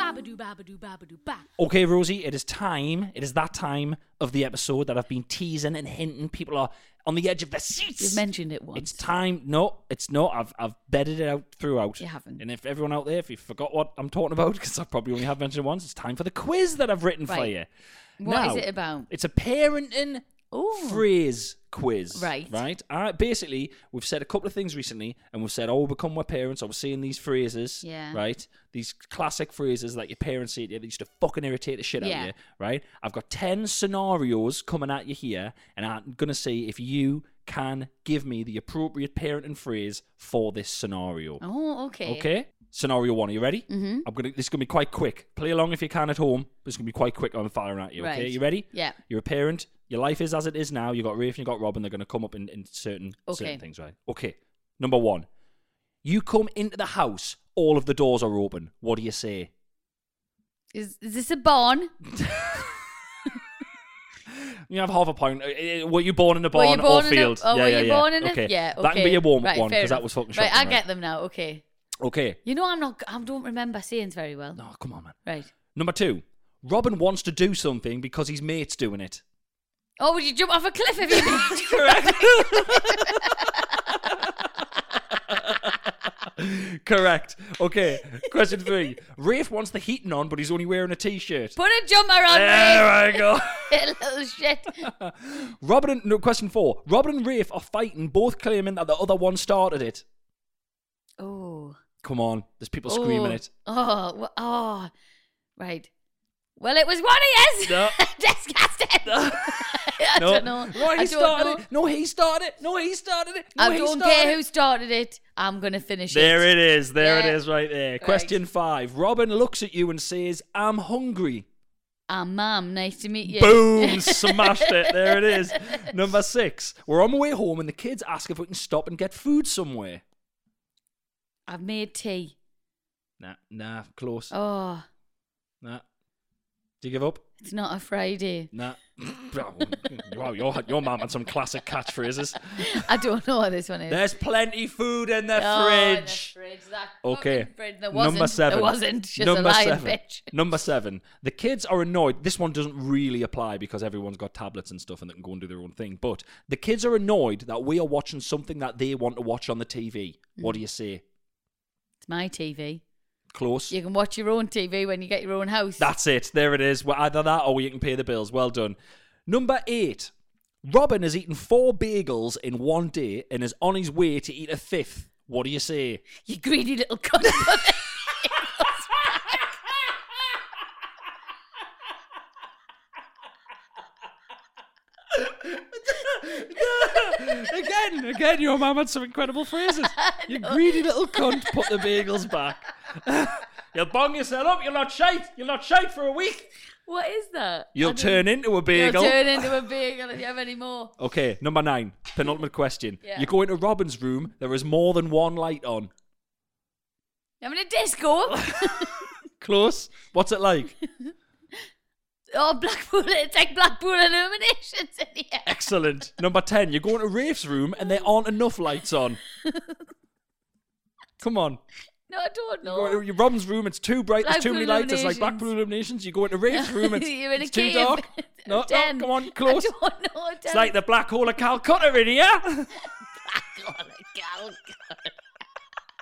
babadoo, babadoo, babadoo, ba. Okay, Rosie, it is time. It is that time of the episode that I've been teasing and hinting. People are on the edge of their seats. You've mentioned it once. It's time. No, it's not. I've I've bedded it out throughout. You haven't. And if everyone out there, if you forgot what I'm talking about, *laughs* because I probably only have mentioned it once, it's time for the quiz that I've written for Right. you. What What is is it about? It's a parenting Ooh. phrase quiz. Right. Right. I, basically, we've said a couple of things recently, and we've said, "Oh, we become my parents." I was seeing these phrases. Yeah. Right. These classic phrases that your parents say to you that used to fucking irritate the shit out Yeah. of you. Right. I've got ten scenarios coming at you here, and I'm gonna see if you can give me the appropriate parenting phrase for this scenario. Oh, okay. Okay. Scenario one. Are you ready? Mm-hmm. I'm gonna. This is gonna be quite quick. Play along if you can at home. But it's gonna be quite quick. I'm firing at you. Okay. Right. You ready? Yeah. You're a parent. Your life is as it is now. You got Rafe and you got Robin. They're gonna come up in, in certain Okay. certain things, right? Okay. Number one. You come into the house. All of the doors are open. What do you say? Is, is this *laughs* a barn? You have half a point. Eh, eh, Were you born in a barn were you born or in field? A, oh, were you born in okay. a? Yeah, okay. That can be a warm right, one fair because that enough. was fucking Right, shocking. I get them now. Okay. Okay. You know I'm not. I don't remember sayings very well. No, come on, man. Right. Number two. Robin wants to do something because his mate's doing it. *laughs* Oh, would you jump off a cliff if you did? Correct. Okay. Question three. Rafe wants the heating on, but he's only wearing a t-shirt. Put a jumper on There me, I *laughs* go. little shit. Robin and no, question four. Robin and Rafe are fighting, both claiming that the other one started it. Oh. Come on, there's people screaming Oh. it. Oh, wha- oh, right. Well, it was one of his. No. *laughs* Disgusting. *laughs* I No, don't know. no, he I don't started know. it. No, he started it. No, he started it. No, I he don't started care it. who started it. I'm gonna finish There it it. is. There Yeah. it is, right there. Question five. Robin looks at you and says, "I'm hungry." Ah, mum. Nice to meet you. *laughs* Boom! Smashed it. There it is. Number six. We're on the way home, and the kids ask if we can stop and get food somewhere. I've made tea. Nah, nah, close. Oh, Nah. Do you give up? It's not a Friday. *laughs* Nah. *laughs* wow, your your mum had some classic *laughs* catchphrases. I don't know what this one is. There's plenty food in the Oh, in the fridge. fridge, that Okay. fucking fridge. There wasn't, Number seven. There wasn't. She's a lying seven. bitch. Number seven. The kids are annoyed. This one doesn't really apply because everyone's got tablets and stuff and they can go and do their own thing. But the kids are annoyed that we are watching something that they want to watch on the TV. What do you say? It's my TV. Close. You can watch your own TV when you get your own house. That's it. There it is. Well, either that or you can pay the bills. Well done. Number eight. Robin has eaten four bagels in one day and is on his way to eat a fifth. What do you say? you greedy little cunt. *laughs* again, again, your mum had some incredible *laughs* phrases. You greedy little cunt, put the bagels *laughs* back. you'll bong yourself up, you'll not shite, you'll not shite for a week. what is that? I You'll don't- turn into a You'll bagel. turn into a bagel if you have any more. okay, number nine, penultimate question. Yeah. You go into Robin's room, there is more than one light on. You having *laughs* a disco? Close. What's it *laughs* like? oh, Blackpool. It's like Blackpool illuminations in here. Excellent. Number 10, you go into Rafe's room and there aren't enough lights *laughs* on. Come on. No, I You don't go know. into your Robin's room, it's too bright, there's too many Blackpool lights, it's like illuminations. Blackpool illuminations. You go into *laughs* Rafe's room, it's, You're in a it's too cave. *laughs* dark. No, Ten. no, come *laughs* on, close. I don't know. Ten. It's like the black hole of Calcutta in *laughs* here. God, God, God.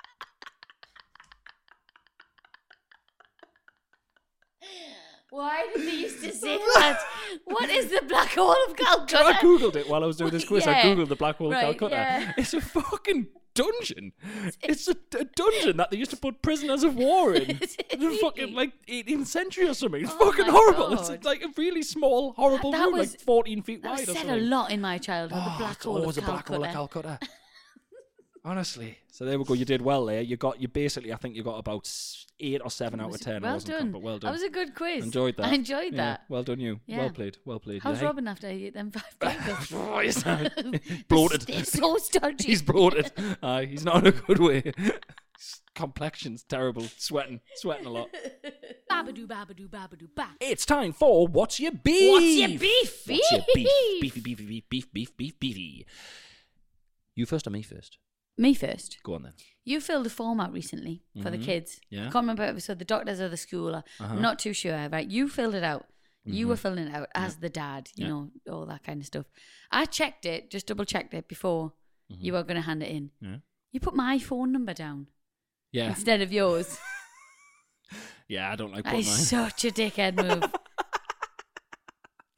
*laughs* Why did they used to *laughs* say that? What is the black hole of Calcutta? I googled it while I was doing *laughs* this quiz. I Yeah. googled the black hole Right, of Calcutta. yeah. It's a fucking dungeon. It's a, a dungeon that they used to put prisoners of war *laughs* in. Is it the fucking really? like 18th century or something. It's Oh fucking my horrible. God. It's like a really small, horrible That room, was- like 14 feet That wide. was or said a something. lot in my childhood. Oh, the black it's hole of always Calcutta. a black hole of *laughs* Calcutta. Honestly, so there we go. You did well there. You got you basically. I think you got about s- eight or seven out of Was it- ten. I well wasn't done. But well That done. was a good quiz. Enjoyed that. I enjoyed Yeah, that. Well done, you. Yeah. Well played. Well played. *laughs* How's Yeah. Robin after he ate them five *laughs* bagels? He's *laughs* bloated. *laughs* They're so stodgy. He's bloated. Aye, he's not in a good way. *laughs* His complexion's terrible. Sweating, sweating a lot. Babadoo, babadoo, babadoo, ba. It's time for what's your beef? What's your beef? What's your beef? Beef. Beefy, beefy, beef, beef, beef, beef, beefy. You first or me first? Me first. Go on then. You filled a form out recently for the Mhm. kids. Yeah. Uh-huh. I can't remember if it was for the doctors or the school. or- I'm not too sure, right? You filled it out. You were filling it out as the dad, you Mm-hmm. Yeah. know, all that kind of stuff. I checked it, just double checked it before you were going to hand it in. Mm-hmm. Yeah. You put my phone number down Yeah. instead of yours. Yeah, I don't like that putting is mine. such a dickhead move.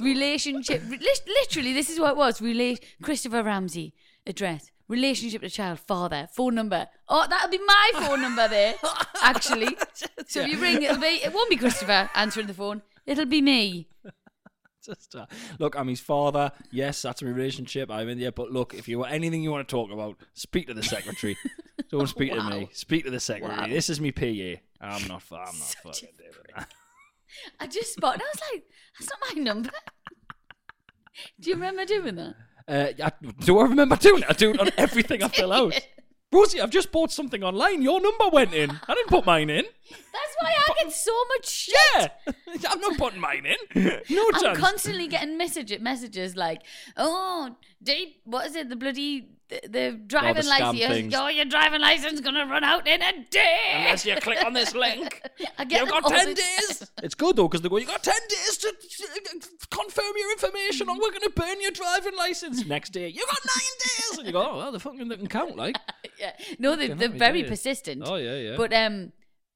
Relationship, re- lit- literally, this is what it was. Rela- Christopher Ramsey address, relationship to child, father, phone number. Oh, that'll be my phone number there, actually. So if you ring, it'll be it won't be Christopher answering the phone. It'll be me. *laughs* Just, uh, look, I'm his father. Yes, that's my relationship. I'm in there. But look, if you want anything you want to talk about, speak to the *laughs* secretary. Don't speak to me. Speak to the secretary. Wow. This is me PA. I'm not. fu- I'm not Such a fucking doing that. I just spotted. I was like, that's not my number. Do you remember doing that? Uh, I- do I remember doing it? I do it on everything I fill *laughs* out. Rosie, I've just bought something online. Your number went in. I didn't put mine in. That's why I get so much shit. Yeah, *laughs* I'm not putting mine in. No *laughs* I'm chance. constantly getting message- messages like, oh, they, what is it, the bloody, the, the driving scam license, things. oh, your driving license going to run out in a day. Unless you click on this *laughs* link. I get You've them got all 10 the days. time. It's good though, because they go, You've got 10 days to confirm your information, or we're going to burn your driving license. Next day, You've got nine days. And you go, Oh, well, the fucking didn't count, like. Yeah. *laughs* No, they, Fucking they're happy very days. persistent. Oh, yeah, yeah. But um,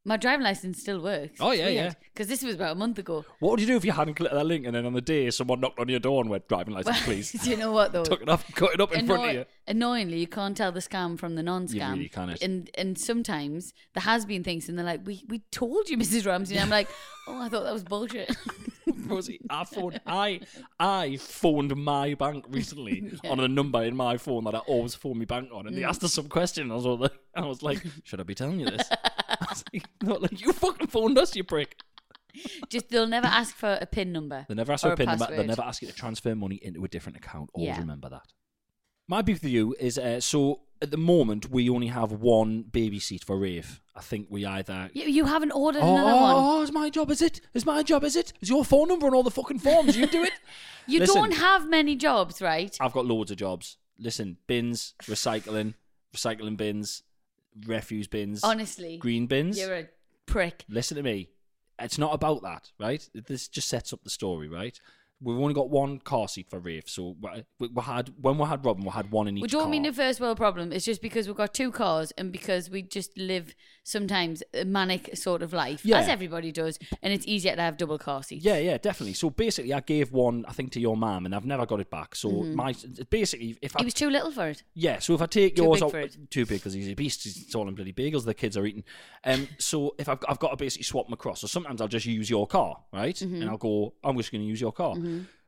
my driving license still works. Oh, yeah, yeah. Because this was about a *laughs* month ago. What would you do if you hadn't clicked that link and then on the day someone knocked on your door and went, Driving license, please? *laughs* Do *laughs* you know what, though? Took it up, cut it up in front of Annoy- you. Annoyingly, you can't tell the scam from the non-scam. really can't. And and sometimes there has been things, and they're like, "We we told you, Mrs. Ramsey." And *laughs* I'm like, "Oh, I thought that was bullshit." *laughs* Rosie, I phoned, I, I phoned my bank recently on a number in my phone that I always phone my bank on, and they asked us some question. And I was all like, I was like, should I be telling you this? *laughs* I was like, no, like you fucking phoned us, you prick. Just they'll never ask for a pin number. They never ask for or a pin number. They password. never ask you to transfer money into a different account. Always Yeah. remember that. My beef with you is uh, so at the moment we only have one baby seat for Rafe. I I think we either. You, you haven't ordered Oh, another oh, one. oh, it's my job, is it? It's my job, is it? It's your phone number and all the fucking forms. You *laughs* do it. You Listen. don't have many jobs, right? I've got loads of jobs. Listen, bins, recycling, recycling bins, refuse bins, Honestly, green bins. you're a prick. Listen to me. It's not about that, right? This just sets up the story, right? We've only got one car seat for Rafe, so we- we, we had when we had Robin, we had one in each. We don't car. mean a first world problem. It's just because we've got two cars and because we just live sometimes a manic sort of life, Yeah. as everybody does, and it's easier to have double car seats. Yeah, yeah, definitely. So basically, I gave one, I think, to your mum, and I've never got it back. So my basically, if I Mm-hmm. It was too little for it. Yeah, so if I take Too yours big out, for it. too big because he's a beast. He's it's all in bloody bagels the kids are eating. Um, so if I've, I've got to basically swap them across. So sometimes I'll just use your car, right? Mm-hmm. And I'll go, I'm just going to use your car.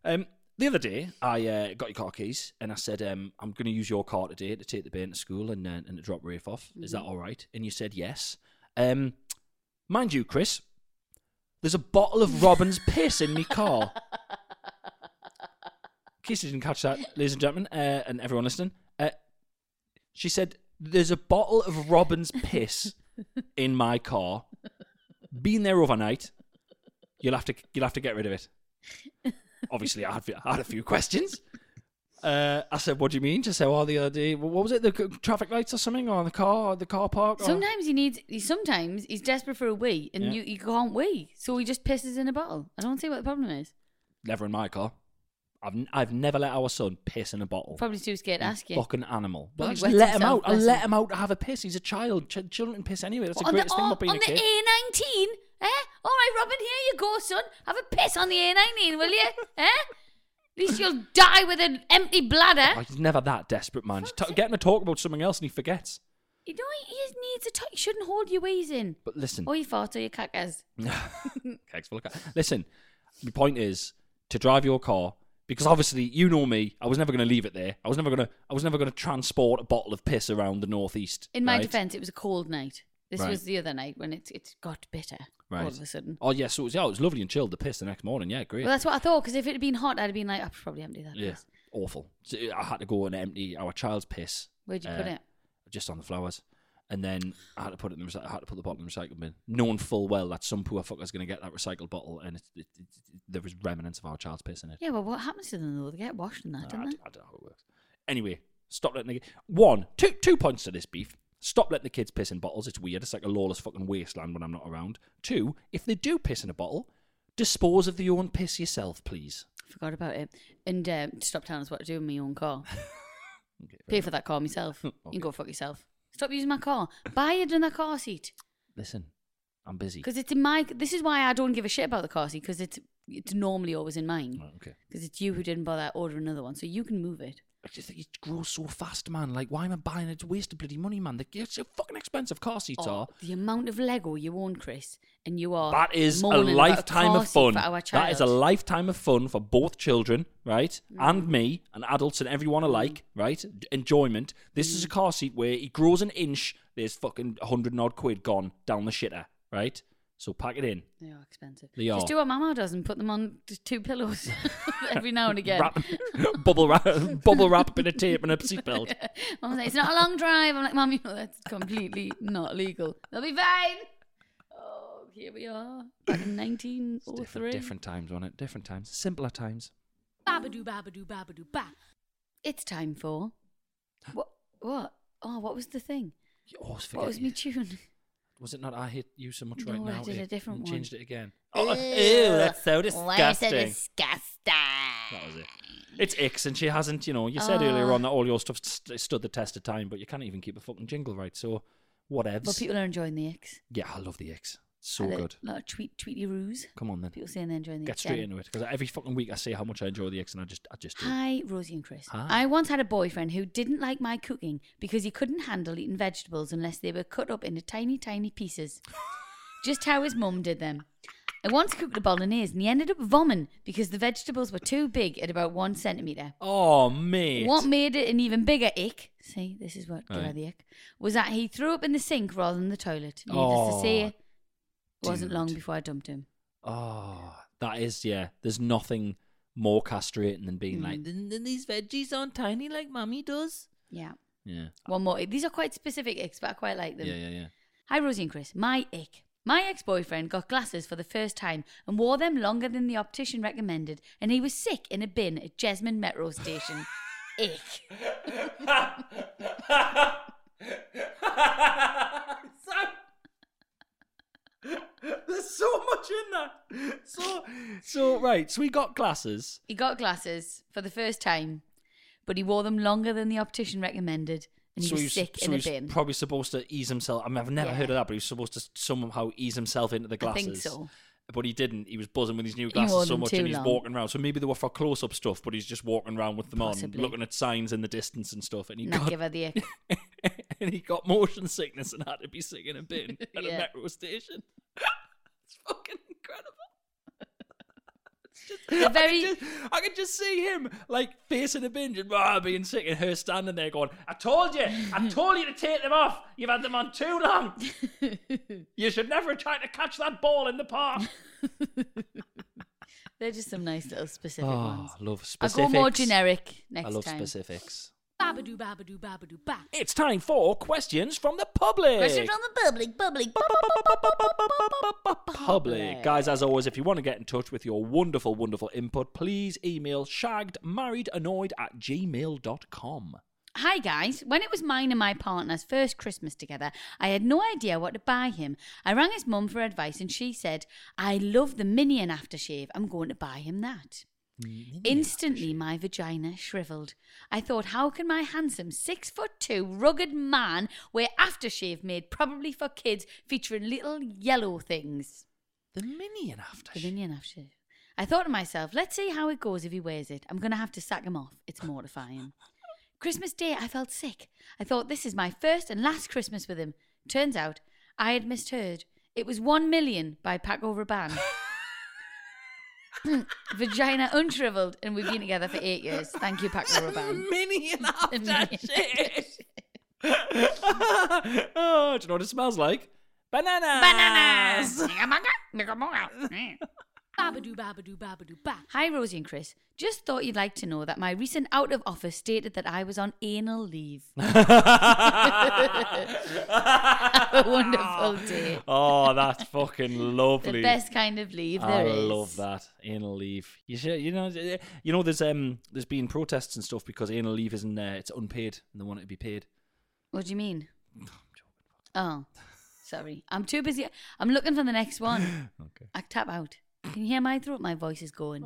Um, the other day, I uh, got your car keys and I said, um, I'm going to use your car today to take the bin to school and uh, and to drop Rafe off. Is Mm-hmm. that all right? And you said yes. Um, mind you, Chris, there's a bottle of Robin's piss in my car. In case you didn't catch that, ladies and gentlemen, uh, and everyone listening, uh, she said, There's a bottle of Robin's piss in my car. Been there overnight. You'll have to you'll have to get rid of it. Obviously, I had, I had a few questions. Uh, I said, "What do you mean?" She said, "Well, the other day, what was it? The c- traffic lights or something, or the car, the car park." or- Sometimes he needs. He, sometimes he's desperate for a wee, and Yeah. you, you can't wee, so he just pisses in a bottle. I don't see what the problem is. never in my car. I've n- I've never let our son piss in a bottle. Probably too scared to ask you. Fucking animal. Well, he just wets let him himself, out. I bless let him. him out to have a piss. He's a child. Ch- children piss anyway. That's What, the on greatest thing on, about being on a kid. the A19, eh? All right, Robin, here you go, son. Have a piss on the A19, *laughs* will you? eh? At least you'll die with an empty bladder. Oh, he's never that desperate, man. Just Fuck's t- sake. get him to talk about something else and he forgets. You know, he he needs a touch. You shouldn't hold your ways in. But listen, Or your farts or your cackers. *laughs* Kegs full of ca- listen. The point is to drive your car because obviously you know me. I was never going to leave it there. I was never going to. I was never going to transport a bottle of piss around the northeast. In my right? defence, it was a cold night. This Right. was the other night when it, it got bitter all Right. of a sudden. Oh yeah, so it was, yeah, it was lovely and chilled. The piss the next morning. Yeah, great. Well, that's what I thought, because if it had been hot, I'd have been like, I should probably empty that. yeah, piss." awful. So I had to go and empty our child's piss. Where'd you uh, put it? Just on the flowers. And then I had to put it in the recy- I had to put the bottle in the recycling bin, knowing full well that some poor fucker's going to get that recycled bottle, and it, it, it, there was remnants of our child's piss in it. Yeah, well, what happens to them, though? They get washed and I, that, don't they? I don't know how it works. Anyway, stop letting the ki- one, two, two points to this beef. Stop letting the kids piss in bottles. It's weird. It's like a lawless fucking wasteland when I'm not around. Two, if they do piss in a bottle, dispose of the own piss yourself, please. Forgot about it. And um, stop telling us what to do in my own car. Pay for that *laughs* car myself. You can go fuck yourself. Stop using my car. Buy it in the car seat. Listen, I'm busy. Because it's in my. This is why I don't give a shit about the car seat, because it's, it's normally always in mine. Right, Oh, okay. Because it's you who didn't bother ordering another one, so you can move it. I just think it grows so fast, man. Like, why am I buying it? It's a waste of bloody money, man. They're- It's so fucking expensive. Car seats Oh, are. the amount of Lego you own, Chris, and you are That is a moaning about lifetime car of seat fun. For our child. Mm. That is a lifetime of fun for both children, right? And me, and adults and everyone alike, right? Enjoyment. This is a Mm. car seat where it grows an inch, there's fucking a hundred and odd quid gone down the shitter, right? So pack it in. They are expensive. They Just are. do what Mama does and put them on t- two pillows *laughs* every now and again. *laughs* Wrap, bubble *laughs* wrap, bubble wrap, a bit of tape and a seatbelt. Mum's like, it's not a long drive. I'm like, Mum, you know *laughs* that's completely not legal. They'll be fine. Oh, here we are, back in 1903. Different, different times on it. Different times. Simpler times. Babadoo, babadoo, babadoo, ba. It's *gasps* time for what? What? Oh, what was the thing? You always forget. What was you- my *laughs* tune? Was it not I hate you so much No, right I now? did a It- different you one. Changed it again. Oh, ew, that's so disgusting. That was it. It's Ix, and she hasn't. You know, you said earlier Ah. on that all your stuff st- stood the test of time, but you can't even keep a fucking jingle right. So, whatevs. But people are enjoying the X. yeah, I love the Ix. So And a good. lot of tweet tweety roos. Come on then, People saying they're enjoying the get X. straight Yeah. into it because every fucking week I say how much I enjoy the Ix, and I just, I just do. Hi, Rosie and Chris. Hi. I once had a boyfriend who didn't like my cooking because he couldn't handle eating vegetables unless they were cut up into tiny, tiny pieces, *laughs* just how his mum did them. I once cooked a bolognese and he ended up vomiting because the vegetables were too big at about one centimetre. Oh mate. What made it an even bigger ick, see, this is what gave Aye. her the ick, was that he threw up in the sink rather than the toilet. Needless Oh, to say, it wasn't long dude. before I dumped him. Oh, that is yeah. There's nothing more castrating than Mm, being like, then then these veggies aren't tiny like mummy does. Yeah. Yeah. One more. These are quite specific icks, but I quite like them. Yeah, yeah, yeah. Hi, Rosie and Chris. My ick. My ex boyfriend got glasses for the first time and wore them longer than the optician recommended, and he was sick in a bin at Jesmond *laughs* Metro Station. ick. *laughs* There's so much in that. So, *laughs* so right. So we got glasses. He got glasses for the first time, but he wore them longer than the optician recommended, and he so was he's- sick so in a he's bin. probably supposed to ease himself. I mean, I've never Yeah. heard of that, but he was supposed to somehow ease himself into the I glasses. think so. But he didn't. He was buzzing with his new He wore glasses so them much, too and he's long. walking around. So maybe they were for close-up stuff, but he's just walking around with them Possibly. on, looking at signs in the distance and stuff. And he Not got give her the ick. *laughs* and he got motion sickness and had to be sick in a *laughs* bin at a Yeah. metro station. it's fucking incredible. The very. Just- I can just see him like facing a bin and ah, being sick, and her standing there going, "I told you, *laughs* I told you to take them off. You've had them on too long. you should never try to catch that ball in the *laughs* park." They're just some nice little specific ones. Ah, love I'll go more generic next I love time. specifics. Babadoo, babadoo, babadoo, ba. It's time for questions from the public. Question from the public, public, public. public. Guys, as always, if you want to get in touch with your wonderful, wonderful input, please email shaggedmarriedannoyed at gmail.com. Hi guys, when it was mine and my partner's first Christmas together, I had no idea what to buy him. I rang his mum for advice and she said, I love the Minion aftershave, I'm going to buy him that. Instantly, my vagina shriveled. I thought, how can my handsome six foot two rugged man wear aftershave made probably for kids featuring little yellow things? The minion after. The Minion aftershave. I thought to myself, let's see how it goes if he wears it. I'm going to have to sack him off. It's mortifying. Christmas Day, I felt sick. I thought this is my first and last Christmas with him. Turns out I had misheard. It was One Million by Paco Rabanne. *laughs* Vagina unshriveled, and we've been together for eight years. Thank you, *laughs* Paco Rabanne. *laughs* Minion Minion aftershave. *laughs* oh, do you know what it smells like? Bananas. *laughs* Bananas! *laughs* Babadoo, babadoo, babadoo, ba. Hi, Rosie and Chris. Just thought you'd like to know that my recent out of office stated that I was on anal leave. *laughs* Have *laughs* a wonderful day. Oh, that's fucking lovely. The best kind of leave I there is. love that anal leave. You should, you know, you know. There's um, there's been protests and stuff because anal leave isn't uh, it's unpaid and they want it to be paid. What do you mean? Oh, sorry. I'm too busy. I'm looking for the next *gasps* one. okay. I tap out. Can you hear my throat? My voice is going.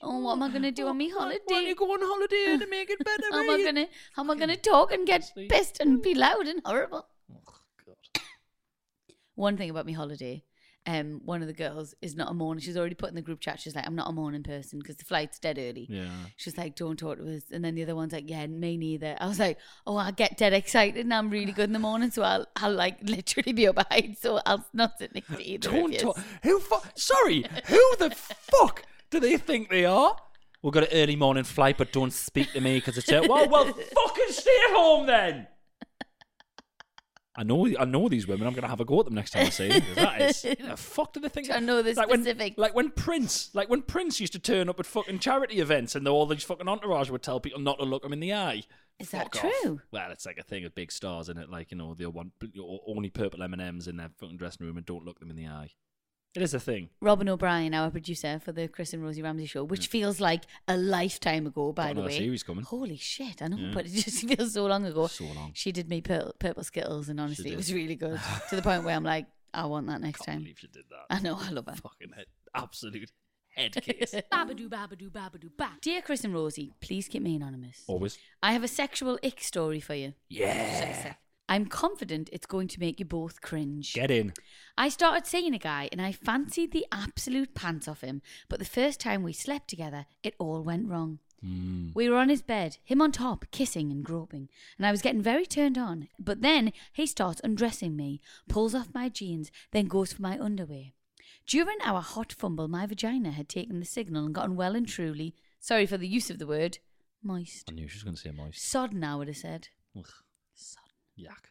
Oh, what am I gonna do on me Why don't holiday? you go on holiday to make it better? *laughs* How am I mate? gonna? How am I gonna talk and get Honestly. pissed and be loud and horrible? Oh, *coughs* One thing about me holiday, um, one of the girls is not a morning. She's already put in the group chat. She's like, I'm not a morning person because the flight's dead early. Yeah. She's like, don't talk to us. And then the other one's like, yeah, me neither. I was like, oh, I get dead excited and I'm really good in the morning. So I'll, I'll like *laughs* literally be up ahead. So I'll not sit next to either Don't of talk. yous. Who? Fu- Sorry. Who the fuck do they think they are? We've got an early morning flight, but don't speak to me because it's out. *laughs* Well, well, fucking stay at home then. I know, I know these women. I'm gonna have a go at them next time I see them. 'cause That *laughs* is, the fuck do they think? I know the specific- When, like when Prince, like when Prince used to turn up at fucking charity events, and all these fucking entourage would tell people not to look them in the eye. Is that Fuck off. true? Well, it's like a thing of big stars, isn't it? Like you know, they want o- only purple M and M's in their fucking dressing room and don't look them in the eye. It is a thing. Robin O'Brien, our producer for the Chris and Rosie Ramsey show, Mm. which feels like a lifetime ago, by Got the another way. series coming. Holy shit, I know, Yeah. but it just *laughs* feels so long ago. So long. She did me pur- purple skittles, and honestly, did. it was really *laughs* good to the point where I'm like, I want that next Can't time. believe she did that. I know, I love her. Fucking head, absolute head *laughs* case. Babadoo, babadoo, babadoo, ba. Dear Chris and Rosie, please keep me anonymous. Always. I have a sexual ick story for you. Yeah. I'm confident it's going to make you both cringe. Get in. I started seeing a guy and I fancied the absolute pants off him, but the first time we slept together, it all went wrong. We were on his bed, him on top, kissing and groping, and I was getting very turned on. But then he starts undressing me, pulls off my jeans, then goes for my underwear. During our hot fumble, my vagina had taken the signal and gotten well and truly, sorry for the use of the word, moist. I knew she was going to say moist. Sodden, I would have said. Ugh. Yuck.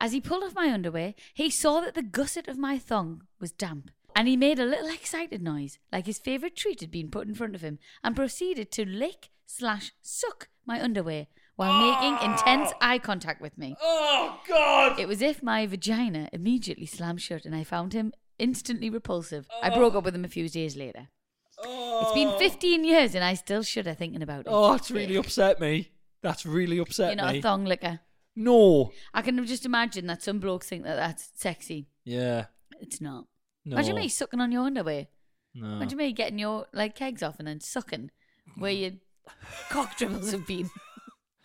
As he pulled off my underwear, he saw that the gusset of my thong was damp, and he made a little excited noise, like his favourite treat had been put in front of him, and proceeded to lick slash suck my underwear, while making intense eye contact with me. Ah! Oh God! It was if my vagina immediately slammed shut and I found him instantly repulsive. Oh. I broke up with him a few days later. It's been 15 years and I still shudder thinking about it. Oh, it's really upset me. That's really upset You're not me. a thong licker. no. I can just imagine that some blokes think that that's sexy. Yeah. It's not. No. Imagine me sucking on your underwear. No. Imagine me getting your like kegs off and then sucking where your cock dribbles *laughs* have been.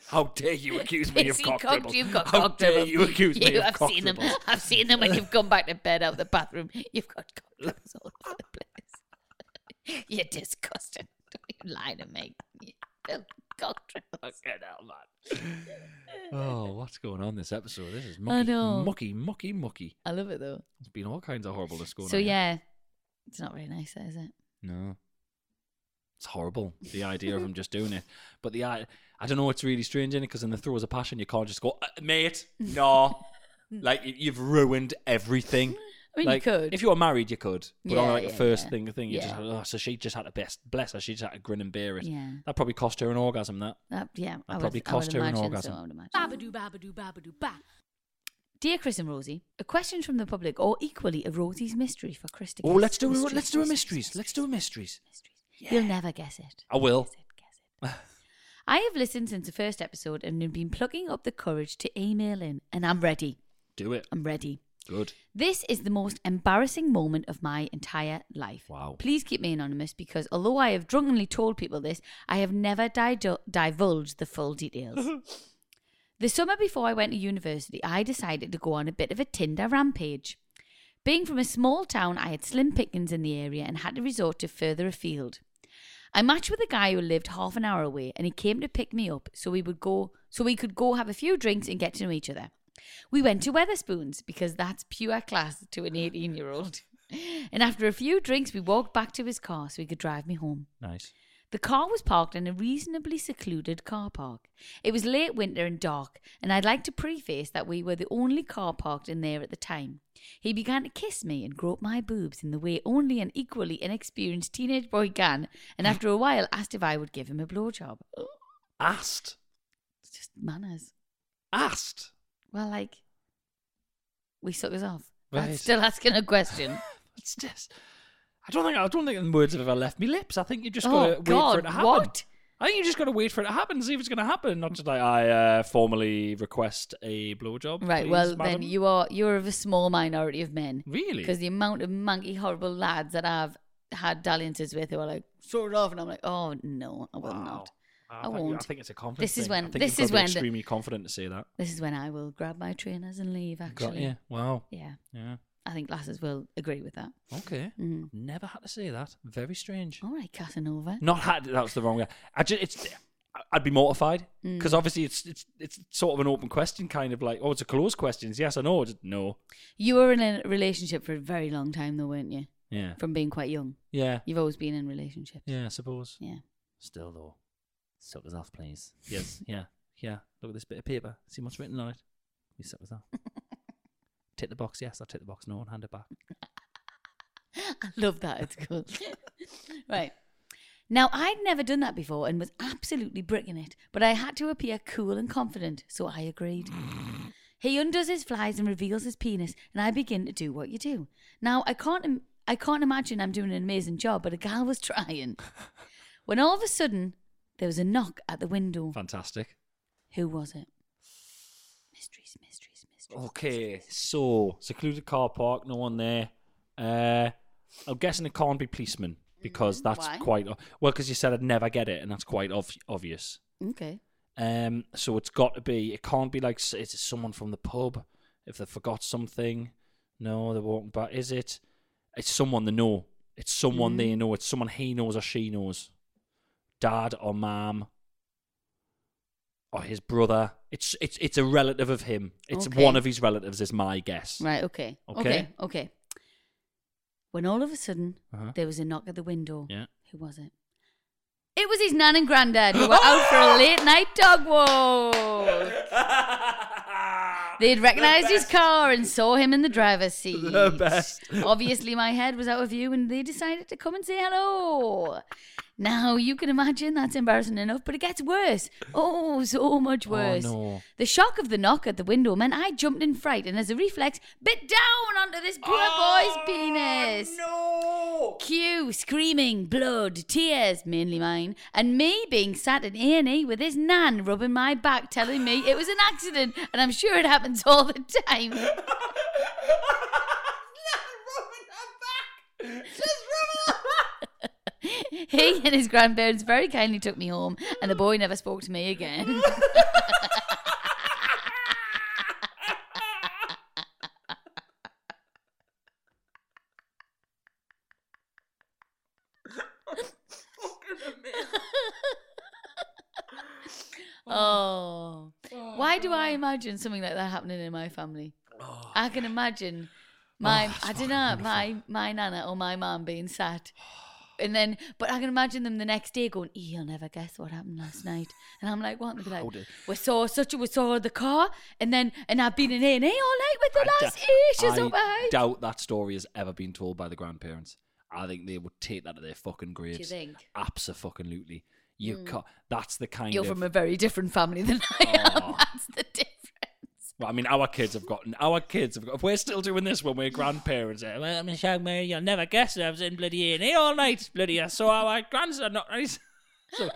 How dare you accuse me You of see cock cock- dribbles? You've got How cock dare dribbles. you accuse me of I've cock seen dribbles? them. *laughs* I've seen them when you've gone back to bed out of the bathroom. You've *laughs* got cock dribbles all over the place. *laughs* You're disgusting. Don't you lie to me. You filthy Cock dribbles. Get out, man. oh, what's going on this episode? This is mucky, I know. mucky, mucky, mucky. I love it though. There's been all kinds of horribleness going So on. here. yeah, it's not very nice, is it? No. It's horrible, the idea *laughs* of him just doing it. But the I, I don't know, it's really strange, in it? Because in the throes of passion, you can't just go, "Uh, mate, *laughs* no. like, you- you've ruined everything. I mean, like, you could. If you were married, you could. But on Yeah, like the yeah, first yeah. thing, the thing, you just Yeah. had, oh, so she just had to best, bless her, she just had to grin and bear it. Yeah. That probably cost her an orgasm, that. That- yeah, I probably would, cost I would her an imagine orgasm. So, I would imagine. Babadoo, babadoo, babadoo, ba. Dear Chris and Rosie, a question from the public, or equally a Rosie's mystery for Chris to Oh, guess. let's do a, Mysteries, let's do a mysteries. Let's do a mysteries. mysteries. You'll never guess it. I will. Guess it, guess it. *laughs* I have listened since the first episode and have been plucking up the courage to email in, and I'm ready. Do it. I'm ready. Good. This is the most embarrassing moment of my entire life. Wow. Please keep me anonymous because although I have drunkenly told people this, I have never didu- divulged the full details. the summer before I went to university, I decided to go on a bit of a Tinder rampage. Being from a small town, I had slim pickings in the area and had to resort to further afield. I matched with a guy who lived half an hour away and he came to pick me up so we would go so we could go have a few drinks and get to know each other. We went to Weatherspoons because that's pure class to an 18 year old. And after a few drinks, we walked back to his car so he could drive me home. Nice. The car was parked in a reasonably secluded car park. It was late winter and dark, and I'd like to preface that we were the only car parked in there at the time. He began to kiss me and grope my boobs in the way only an equally inexperienced teenage boy can, and after a while asked if I would give him a blowjob. Asked. It's just manners. Asked. Well, like, we suck us off. Right. That's still asking a question. It's just. I don't think I don't think the words have ever left me lips. I think you *laughs* just gotta Oh, wait for it God, to happen. what? I think you just gotta wait for it to happen, see if it's gonna happen. Not just like I uh, formally request a blowjob. Right. please, well, madam. then you are you're of a small minority of men. Really? Because the amount of manky, horrible lads that I've had dalliances with who are like sort off, and I'm like, oh no, I will Wow. not. Wow, I think- won't. Ah, I think it's a confidence. This is thing. when- I think this you've gotta is be when the- extremely confident to say that. This is when I will grab my trainers and leave. Actually, Got yeah. Wow. Yeah. Yeah. I think lasses will agree with that. Okay. Mm. Never had to say that. Very strange. All right, Casanova. Not had that was the wrong. I just it's. I'd be mortified Mm. because obviously it's it's it's sort of an open question, kind of like oh, it's a closed question. It's yes or no. It's no. You were in a relationship for a very long time, though, weren't you? Yeah. From being quite young, Yeah. you've always been in relationships. Yeah. I suppose. Yeah. Still though, suck us off, please. Yes. yeah. Yeah. Look at this bit of paper. See what's written on it. We suck *laughs* us off. tick the box. Yes, I'll tick the box. No, and hand it back. I love that. It's cool. *laughs* right. Now, I'd never done that before and was absolutely bricking it, but I had to appear cool and confident, so I *laughs* agreed. he undoes his flies and reveals his penis, and I begin to do what you do. Now, I can't, Im- I can't imagine I'm doing an amazing job, but a gal was *laughs* trying. when all of a sudden, there was a knock at the window. Fantastic. Who was it? Mysteries, mysteries, mysteries. Okay. So secluded car park. No one there. Uh, I'm guessing it can't be policemen because Mhm. that's Why? quite o- well. Because you said I'd never get it, and that's quite ob- obvious. Okay. Um, so it's got to be. It can't be like s- it's someone from the pub if they forgot something. No, they're walking back. Is it? It's someone they know. It's someone Mm. they know. It's someone he knows or she knows. Dad or mom or his brother. It's it's it's a relative of him. It's Okay. one of his relatives. Is my guess. *laughs* Right, okay. Okay. Okay. Okay. When all of a sudden Uh-huh. there was a knock at the window. Yeah. Who was it? It was his nan *laughs* and granddad who were out for a late night dog walk. They'd recognised his car and saw him in the driver's seat. The best. *laughs* Obviously, my head was out of view and they decided to come and say hello. Now, you can imagine that's embarrassing enough, but it gets worse. Oh, so much worse. no. The shock of the knock at the window meant I jumped in fright and, as a reflex, bit down onto this poor boy's penis. Oh, No. Q screaming, blood, tears, mainly mine, and me being sat in A&E with his nan rubbing my back, telling me it was an accident, and I'm sure it happens all the time. *laughs* he and his grandparents very kindly took me home, and the boy never spoke to me again. *laughs* Oh. Why do I imagine something like that happening in my family? Oh. I can imagine my I don't know, my my nana or my mum being sat. And then but I can imagine them the next day going, "Eh, You'll never guess what happened last night. And I'm like, what? And they'd be like, We saw such a we saw the car and then and I've been in A and A all night with the last ages I of my doubt that story has ever been told by the grandparents. I think they would take that to their fucking graves. think? Hmm. Absolutely. You ca- that's the kind You're of. from a very different family than I am. Aw. *laughs* That's the difference. Well, I mean, our kids have gotten. Our kids have got. If we're still doing this *laughs* when we're grandparents, eh, well, Miss Hagmere, you'll never guess I was in bloody A&E all night. Bloody, I saw our grandson not nice. *laughs* So,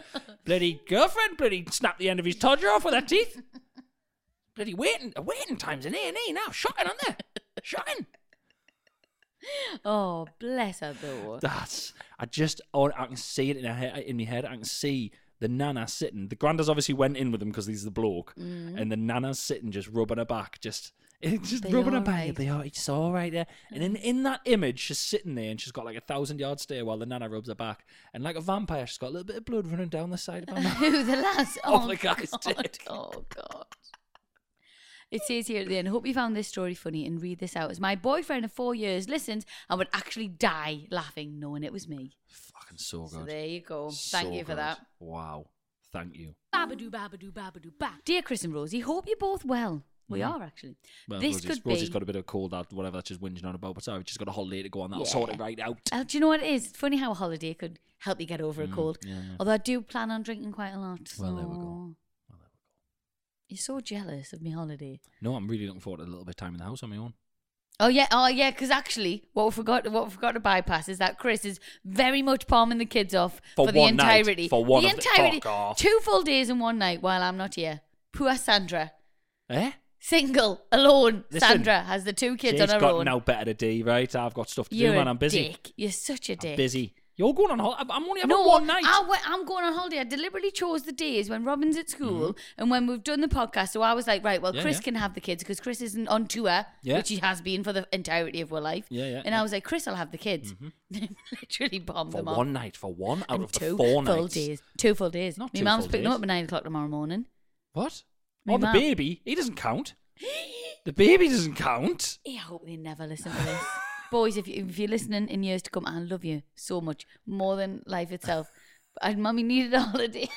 bloody girlfriend, bloody snapped the end of his todger off with her *laughs* teeth. Bloody waiting, waiting times in A&E now. Shocking, aren't they? *laughs* Shocking. Oh, bless her though. That's. I just. Oh, I can see it in, her head, in my head. I can see the nana sitting. The granddad's obviously went in with him because he's the bloke, and the nana's sitting just rubbing her back, just. *laughs* It's just Mm. They rubbing her all back. right? They are, it's all right there. And in, in that image, she's sitting there and she's got like a thousand yard stare while the nana rubs her back. And like a vampire, she's got a little bit of blood running down the side of her mouth. *laughs* Who the last? Oh, Oh, the guy's God. dick. *laughs* Oh God. It says here at the end, hope you found this story funny and read this out. As my boyfriend of four years listened and would actually die laughing knowing it was me. Fucking so good. So there you go. Oh So Thank you for good. that. Wow. Thank you. Babadoo, babadoo, babadoo, ba. Dear Chris and Rosie, hope you're both well. We Mhm. are actually. Well, this Rosie's, could Rosie's be. got a bit of cold, that whatever that she's whinging on about. But sorry, she's got a holiday to go on. That'll Yeah. sort it right out. *laughs* Uh, do you know what it is? It's funny how a holiday could help you get over a Mm, cold. yeah, yeah. Although I do plan on drinking quite a lot. Well, there we go. so- You're so jealous of me holiday. No, I'm really looking forward to a little bit of time in the house on my own. Oh yeah, oh yeah. Because actually, what we forgot, what we forgot to bypass is that Chris is very much palming the kids off For the one night, entirety, for one the of the- entirety, fuck off. two full days in one night while I'm not here. Poor Sandra, Eh? single, alone. Listen, Sandra has the two kids She's on her got own. now better to do, right? I've got stuff to You're do, man. a I'm busy. Dick. You're such a dick. I'm busy. You're going on holiday. I'm only having No, one night. I went, I'm going on holiday. I deliberately chose the days when Robin's at school and when we've done the podcast. So I was like, right, well, Mm-hmm. Yeah, Chris yeah. can have the kids because Chris isn't on tour, Yeah. which he has been for the entirety of her life. Yeah, yeah, And yeah. Mm-hmm. I was like, Chris, I'll have the kids. *laughs* Literally bombed for them one off. night, for one out And of two the four full nights. days. Two full days. Not My two mum's full picking them days. up at nine o'clock tomorrow morning. What? My oh, the mum. baby. He doesn't *gasps* count. The baby doesn't count. Yeah, I hope they never listen to this. *laughs* Boys, if, you, if you're listening in years to come, I love you so much, more than life itself. And mummy needed a holiday.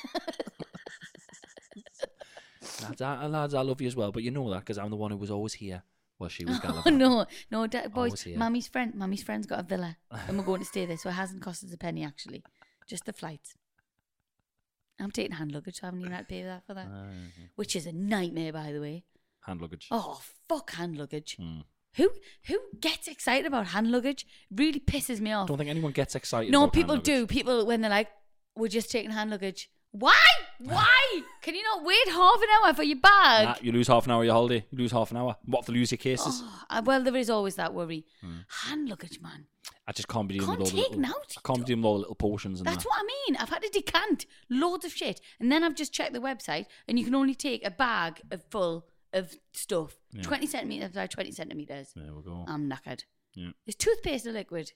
Lads I, lads, I love you as well, but you know that because I'm the one who was always here while she was *laughs* Oh, gallivanting. no, no, da- boys. was here. Mummy's friend, mummy's friend's got a villa, and we're going to stay there, so it hasn't cost us a penny actually, just the flights. I'm taking hand luggage. I haven't even had to pay that for that, Mm-hmm. which is a nightmare, by the way. Hand luggage. Oh fuck, hand luggage. Hmm. Who who gets excited about hand luggage? Really pisses me I off. don't think anyone gets excited. No, about hand people do. luggage. People when they're like, "We're just taking hand luggage." Why? *laughs* Why? Can you not wait half an hour for your bag? Nah, you lose half an hour of your holiday. You lose half an hour. What if they lose your cases? Oh, uh, well, there is always that worry. Hmm. Hand luggage, man. I just can't be dealing Can't with all the take little, now, I can't be dealing with all the little portions and That's that. what I mean. I've had to decant loads of shit, and then I've just checked the website, and you can only take a bag of full of stuff, Yeah. twenty centimeters by twenty centimeters. There we go. I'm knackered. Yeah. Is toothpaste a liquid?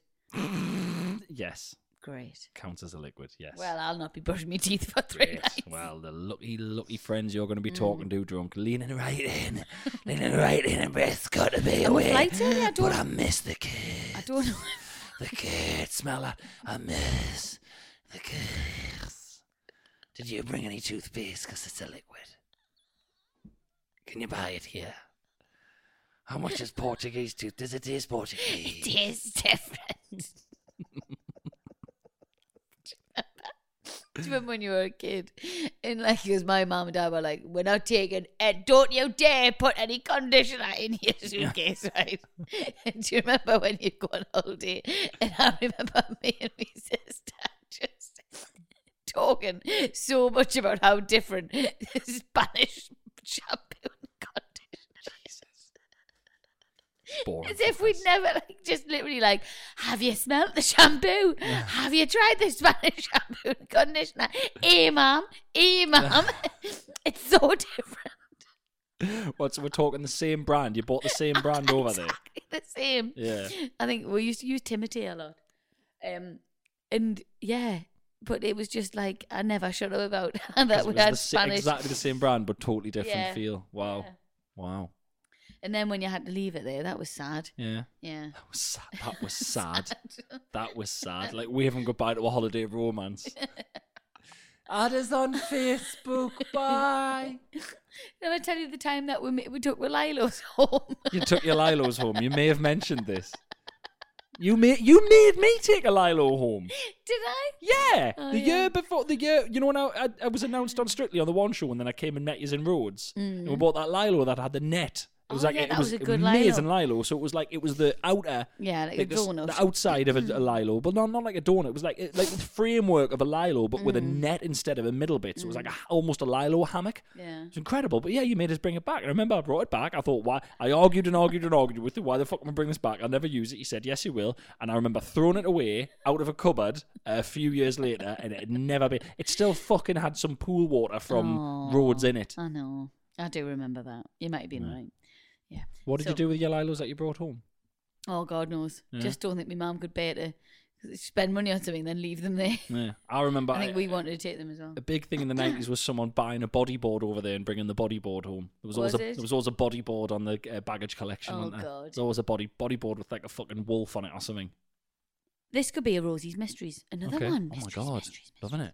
yes, Great. counts as a liquid. Yes. Well, I'll not be brushing my teeth for three Great. nights. Hmm. Well, the lucky, lucky friends you're going to be talking to drunk, leaning right in, leaning right in, and breath's got to be And what away. flight's early? I But don't- I miss the kids. I don't know. The kids smell that. I miss the kids. Did you bring any toothpaste? Because it's a liquid. Can you buy it here? How much does Portuguese do? Does it taste Portuguese? *laughs* It is different. Do you remember when you were a kid? And like, because my mom and dad were like, we're not taking, and don't you dare put any conditioner in your *laughs* suitcase, right? And do you remember when you'd go on holiday? And I remember *laughs* me and my sister just talking so much about how different *laughs* Spanish shampoo and conditioner is. Boring As if we'd fuckers. never, like, just literally, like, have you smelt the shampoo? Have you tried the Spanish *laughs* shampoo and conditioner? Eh, mum, *laughs* eh, mum. *laughs* it's so different. What's we're talking the same brand? You bought the same brand over there. Exactly the same. Yeah. I think we used to use Timothy a lot. Um, and yeah, but it was just like, I never shut up about *laughs* *laughs* 'Cause that we it was had the sa- Spanish. exactly the same brand, but totally different Yeah. feel. Wow, Yeah. wow, And then when you had to leave it there, that was sad. yeah. *sighs* Yeah. That was sad. That *laughs* was sad. that was sad. Like waving goodbye to a holiday *laughs* romance. Others on *laughs* Facebook. Bye. Did I tell you the time that we, ma- we took Lilo's *laughs* home? You took your Lilos home. You may have mentioned this. You made you made me take a Lilo home. Did I? Yeah, Oh, the yeah. year before the year, you know, when I, I, I was announced on Strictly on the one show, and then I came and met you in Rhodes, and we bought that Lilo that had the net. It was Mm. Oh, like yeah, it that was a good amazing Lilo. So it was like it was the outer, Yeah, like a the, s- donut. the outside of a, a Lilo, but not not like a donut. It was like it, like *laughs* the framework of a Lilo, but with a Mm. net instead of a middle bit. So it was like a, almost a Lilo hammock. Yeah. It's incredible, but yeah, you made us bring it back. And I remember I brought it back. I thought, why? I argued and argued and argued with you. Why the fuck am I bring this back? I'll never use it. He said, yes, you will. And I remember throwing it away out of a cupboard a few years later, and it had never been. It still fucking had some pool water from roads in it. I know. I do remember that. You might have been right. Yeah. What did So- you do with your Lilos that you brought home? Oh, God knows. Yeah. Just don't think my mum could bear to spend money on something then leave them there. *laughs* Yeah, I Uh, remember. I think we wanted to take them as well. a big thing in the nineties was someone buying a bodyboard over there and bringing the bodyboard home. There was, always Was a, it? there was always a bodyboard on the uh, baggage collection. Oh, wasn't there? God. There's always a body bodyboard with like a fucking wolf on it or something. This could be a Rosie's Mysteries. Another okay. one. Oh my Mysteries, god, mysteries, mysteries. loving it.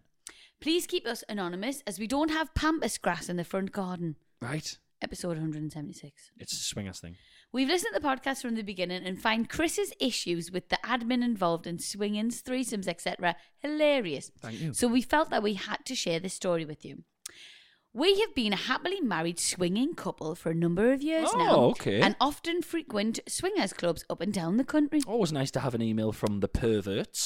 Please keep us anonymous as we don't have pampas grass in the front garden. Right. Episode 176. It's a swingers thing. We've listened to the podcast from the beginning and find Chris's issues with the admin involved in swingings, threesomes, etc. hilarious. Thank you. So we felt that we had to share this story with you. We have been a happily married swinging couple for a number of years Oh, now. okay. And often frequent swingers clubs up and down the country. *laughs* Always nice to have an email from the perverts.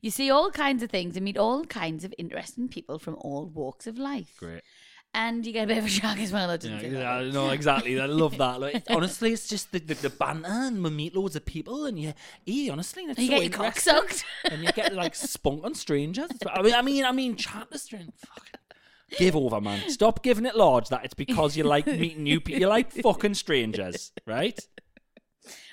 you see all kinds of things and meet all kinds of interesting people from all walks of life. Great. And you get a bit of a shock as well. I didn't Yeah, say yeah, that. no, exactly. I love that. Like, it's- honestly, it's just the, the, the banter and we meet loads of people and you, eh, honestly, it's And *laughs* you so get your cock interesting. sucked. and you get like spunk on strangers. It's- I mean, I mean, I mean, chat to strangers. Fuck. Give over, man. Stop giving it large that it's because you like meeting new people. You *laughs* like fucking strangers, right?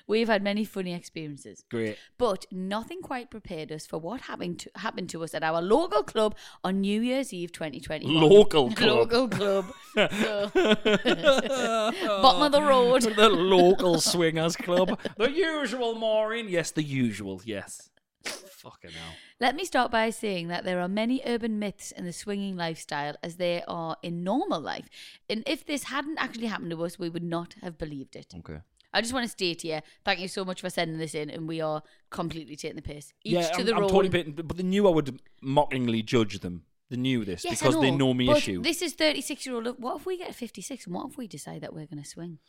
We've had many funny experiences. Great. But nothing quite prepared us for what happened to, happened to us at our local club on New Year's Eve 2020. *laughs* Local club. Local club. So- *laughs* Bottom of the road. the *laughs* local swingers club. The usual, Maureen. Yes, the usual. Yes. Fucking hell. Let me start by saying that there are many urban myths in the swinging lifestyle as there are in normal life. And if this hadn't actually happened to us, we would not have believed it. Okay. I just want to state here, thank you so much for sending this in, and we are completely taking the piss. Each yeah, to I'm, their I'm own. totally bitten, but they knew I would mockingly judge them. They knew this Yes, I because they know me but issue. This is 36 year old. What if we get 56 and what if we decide that we're going to swing?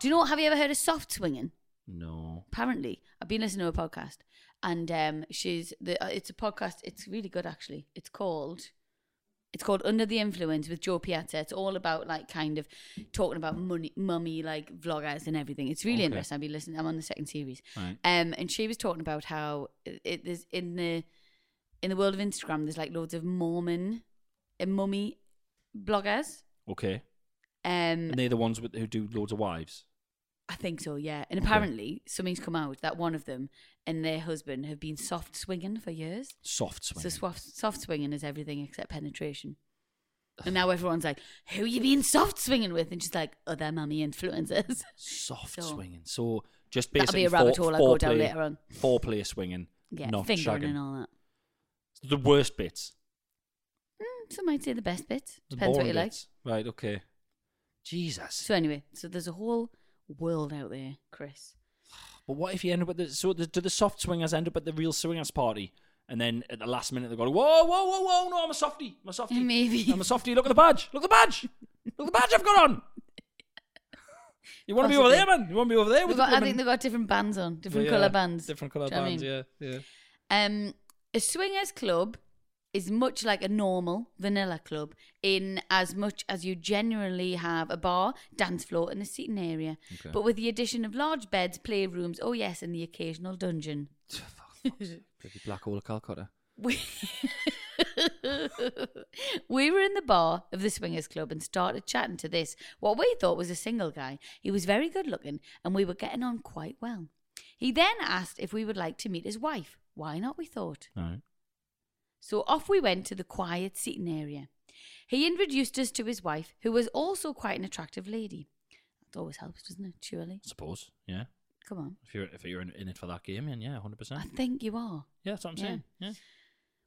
Do you know what? Have you ever heard of soft swinging? No. Apparently, I've been listening to a podcast and um, she's the. Uh, it's a podcast. It's really good actually. It's called. It's called Under the Influence with Joe Piazza. It's all about like kind of talking about money, mummy like vloggers and everything. It's really Okay. interesting. I've been listening. I'm on the second series, Right. um, and she was talking about how it, it there's in the in the world of Instagram, there's like loads of Mormon and mummy bloggers. Okay. Um, And they're the ones with, who do loads of wives. I think so, yeah. And Okay. apparently, something's come out that one of them and their husband have been soft swinging for years. Soft swing. So soft, soft swinging is everything except penetration. And now everyone's like, "Who you been soft swinging with?" And she's like, "Other mummy influencers." *laughs* Soft So- swinging. So just That'll basically be a rabbit four, hole I go down foreplay- later on. Foreplay swinging. yeah, not fingering shagging. and all that. The worst bits. Mm, some might say the best bits. The Depends what boring you like. bits. Right. Okay. Jesus. So anyway, so there's a whole world out there, Chris. But what if you end up at the so the, do the soft swingers end up at the real swingers party? And then at the last minute they go, whoa, whoa, whoa, whoa, no, I'm a softie, I'm a softie, Maybe. I'm a softie. Look at the badge, look at the badge, look at the badge I've got on. You want to be over Possibly. there, man? You want to be over there They've with got, the I women? think they've got different bands on, different Yeah, colour bands. different color Do you know what I bands. mean? Yeah, *sighs* yeah. Um, a swingers club is much like a normal vanilla club in as much as you generally have a bar, dance floor, and a seating area, but with the addition of large beds, playrooms, oh yes, and the *laughs* occasional dungeon. Bloody black hole of Calcutta. We, *laughs* we were in the bar of the swingers club and started chatting to this, what we thought was a single guy. He was very good looking and we were getting on quite well. He then asked if we would like to meet his wife. Why not, we thought. All right. So off we went to the quiet seating area. He introduced us to his wife, who was also quite an attractive lady. That always helps, doesn't it? Surely. Suppose, yeah. Come on. If you're if you're in, in it for that game, then yeah, hundred I percent. think you are. Yeah, that's what I'm Yeah. saying. Yeah.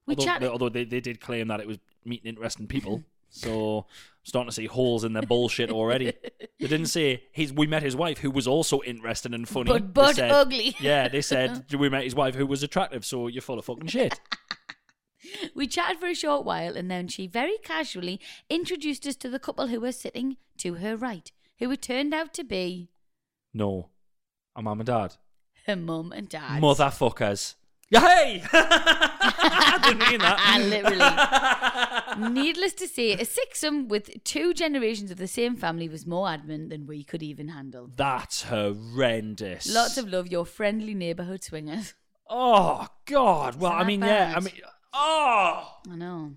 We although, chatted. they, although they, they did claim that it was meeting interesting people, so I'm starting to see holes in their bullshit *laughs* already. They didn't say his. We met his wife, who was also interesting and funny, But- They but said- ugly. *laughs* Yeah, they said we met his wife, who was attractive. So you're full of fucking shit. We chatted for a short while and then she very casually introduced us to the couple who were sitting to her right, who it turned out to be No, I'm mum and dad. her mum and dad. *laughs* Motherfuckers. Yeah, hey! *laughs* I didn't mean that. *laughs* Literally. *laughs* Needless to say, a sixum with two generations of the same family was more admin than we could even handle. *laughs* That's horrendous. Lots of love, your friendly neighbourhood swingers. Oh God. Well, Isn't I that mean, yeah. I bad? mean, oh I know.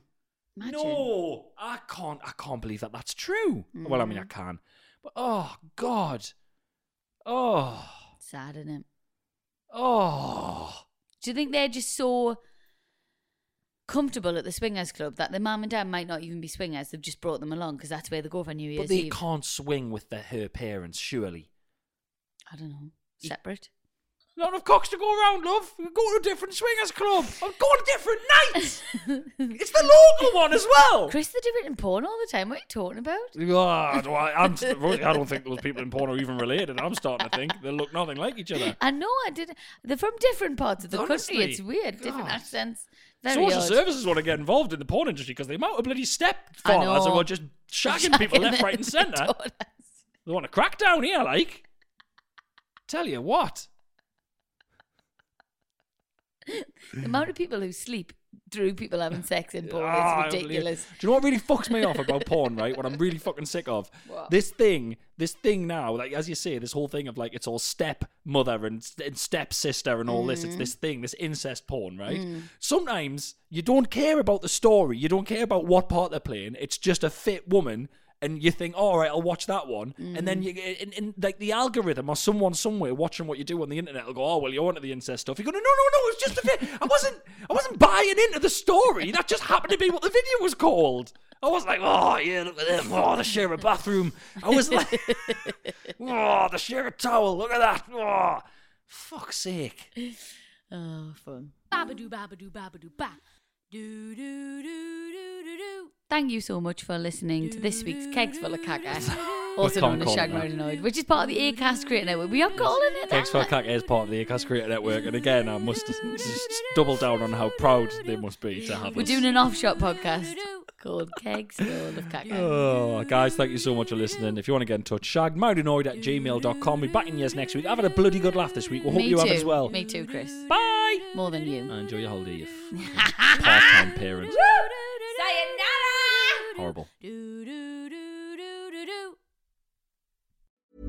Imagine. no, I can't. I can't believe that that's true. Well, I mean, Mm. I can, but oh God, oh, Sad, innit? oh. Do you think they're just so comfortable at the swingers club that their mum and dad might not even be swingers? They've just brought them along because that's where they go for New Year's But they Eve. can't swing with their her parents, surely. I don't know. Separate. Not enough cocks to go around, love. We Go to a different swingers club. Or go to different *laughs* nights. *laughs* it's the local one as well. Chris, they do it in porn all the time. What are you talking about? Ah, do I, I'm, *laughs* I don't think those people in porn are even related. I'm starting to think they look nothing like each other. I know I did. They're from different parts of the country. Honestly, It's weird. Different God. accents. Very Social odd. services want to get involved in the porn industry because the amount of bloody step I fathers know. who are just shagging, people left, right, and *laughs* centre. They want to crack down here, like. Tell you what, the amount of people who sleep through people having sex in porn Ah, I is don't believe- ridiculous. Do you know what really fucks me off about porn, right? What I'm really fucking sick of. *laughs* What? This thing, this thing now, like as you say, this whole thing of like it's all step mother and, and step sister and all this. Mm. It's this thing, this incest porn, right? Sometimes you don't care about the story, you don't care about what part they're playing. It's just a fit woman. And you think, all right, I'll watch that one, and then you, in, in, like the algorithm or someone somewhere watching what you do on the internet will go, oh well, you're onto the incest stuff. You're going, no, no, no, it's just a fit. I wasn't, I wasn't buying into the story. That just happened to be what the video was called. I was like, oh yeah, look at them. Oh, they share a bathroom. I was like, oh, they share a towel. Look at that. Oh, fuck's sake. Oh, fun. Babadoo, babadoo, babadoo, ba. Do, do, do, do, do, do. Thank you so much for listening to this week's Kegs Full of Caca, also known as call it Shag that. Marinoid, which is part of the Acast Creator Network. We are calling it that. Thanks for Cack is part of the Acast Creator Network, and again, I must just double down on how proud they must be to have We're us. doing an offshot podcast called Kegs Full of Caca. Oh, guys, thank you so much for listening. If you want to get in touch, shagmoudinoid at gmail.com. We'll be back in years next week. I've had a bloody good laugh this week. We hope Mm, Me you have too. as well. Me too, Chris. Bye. More than you. And enjoy your holiday, you *laughs* part-time parent. Sayonara! Horrible. Do, do, do, do, do, do.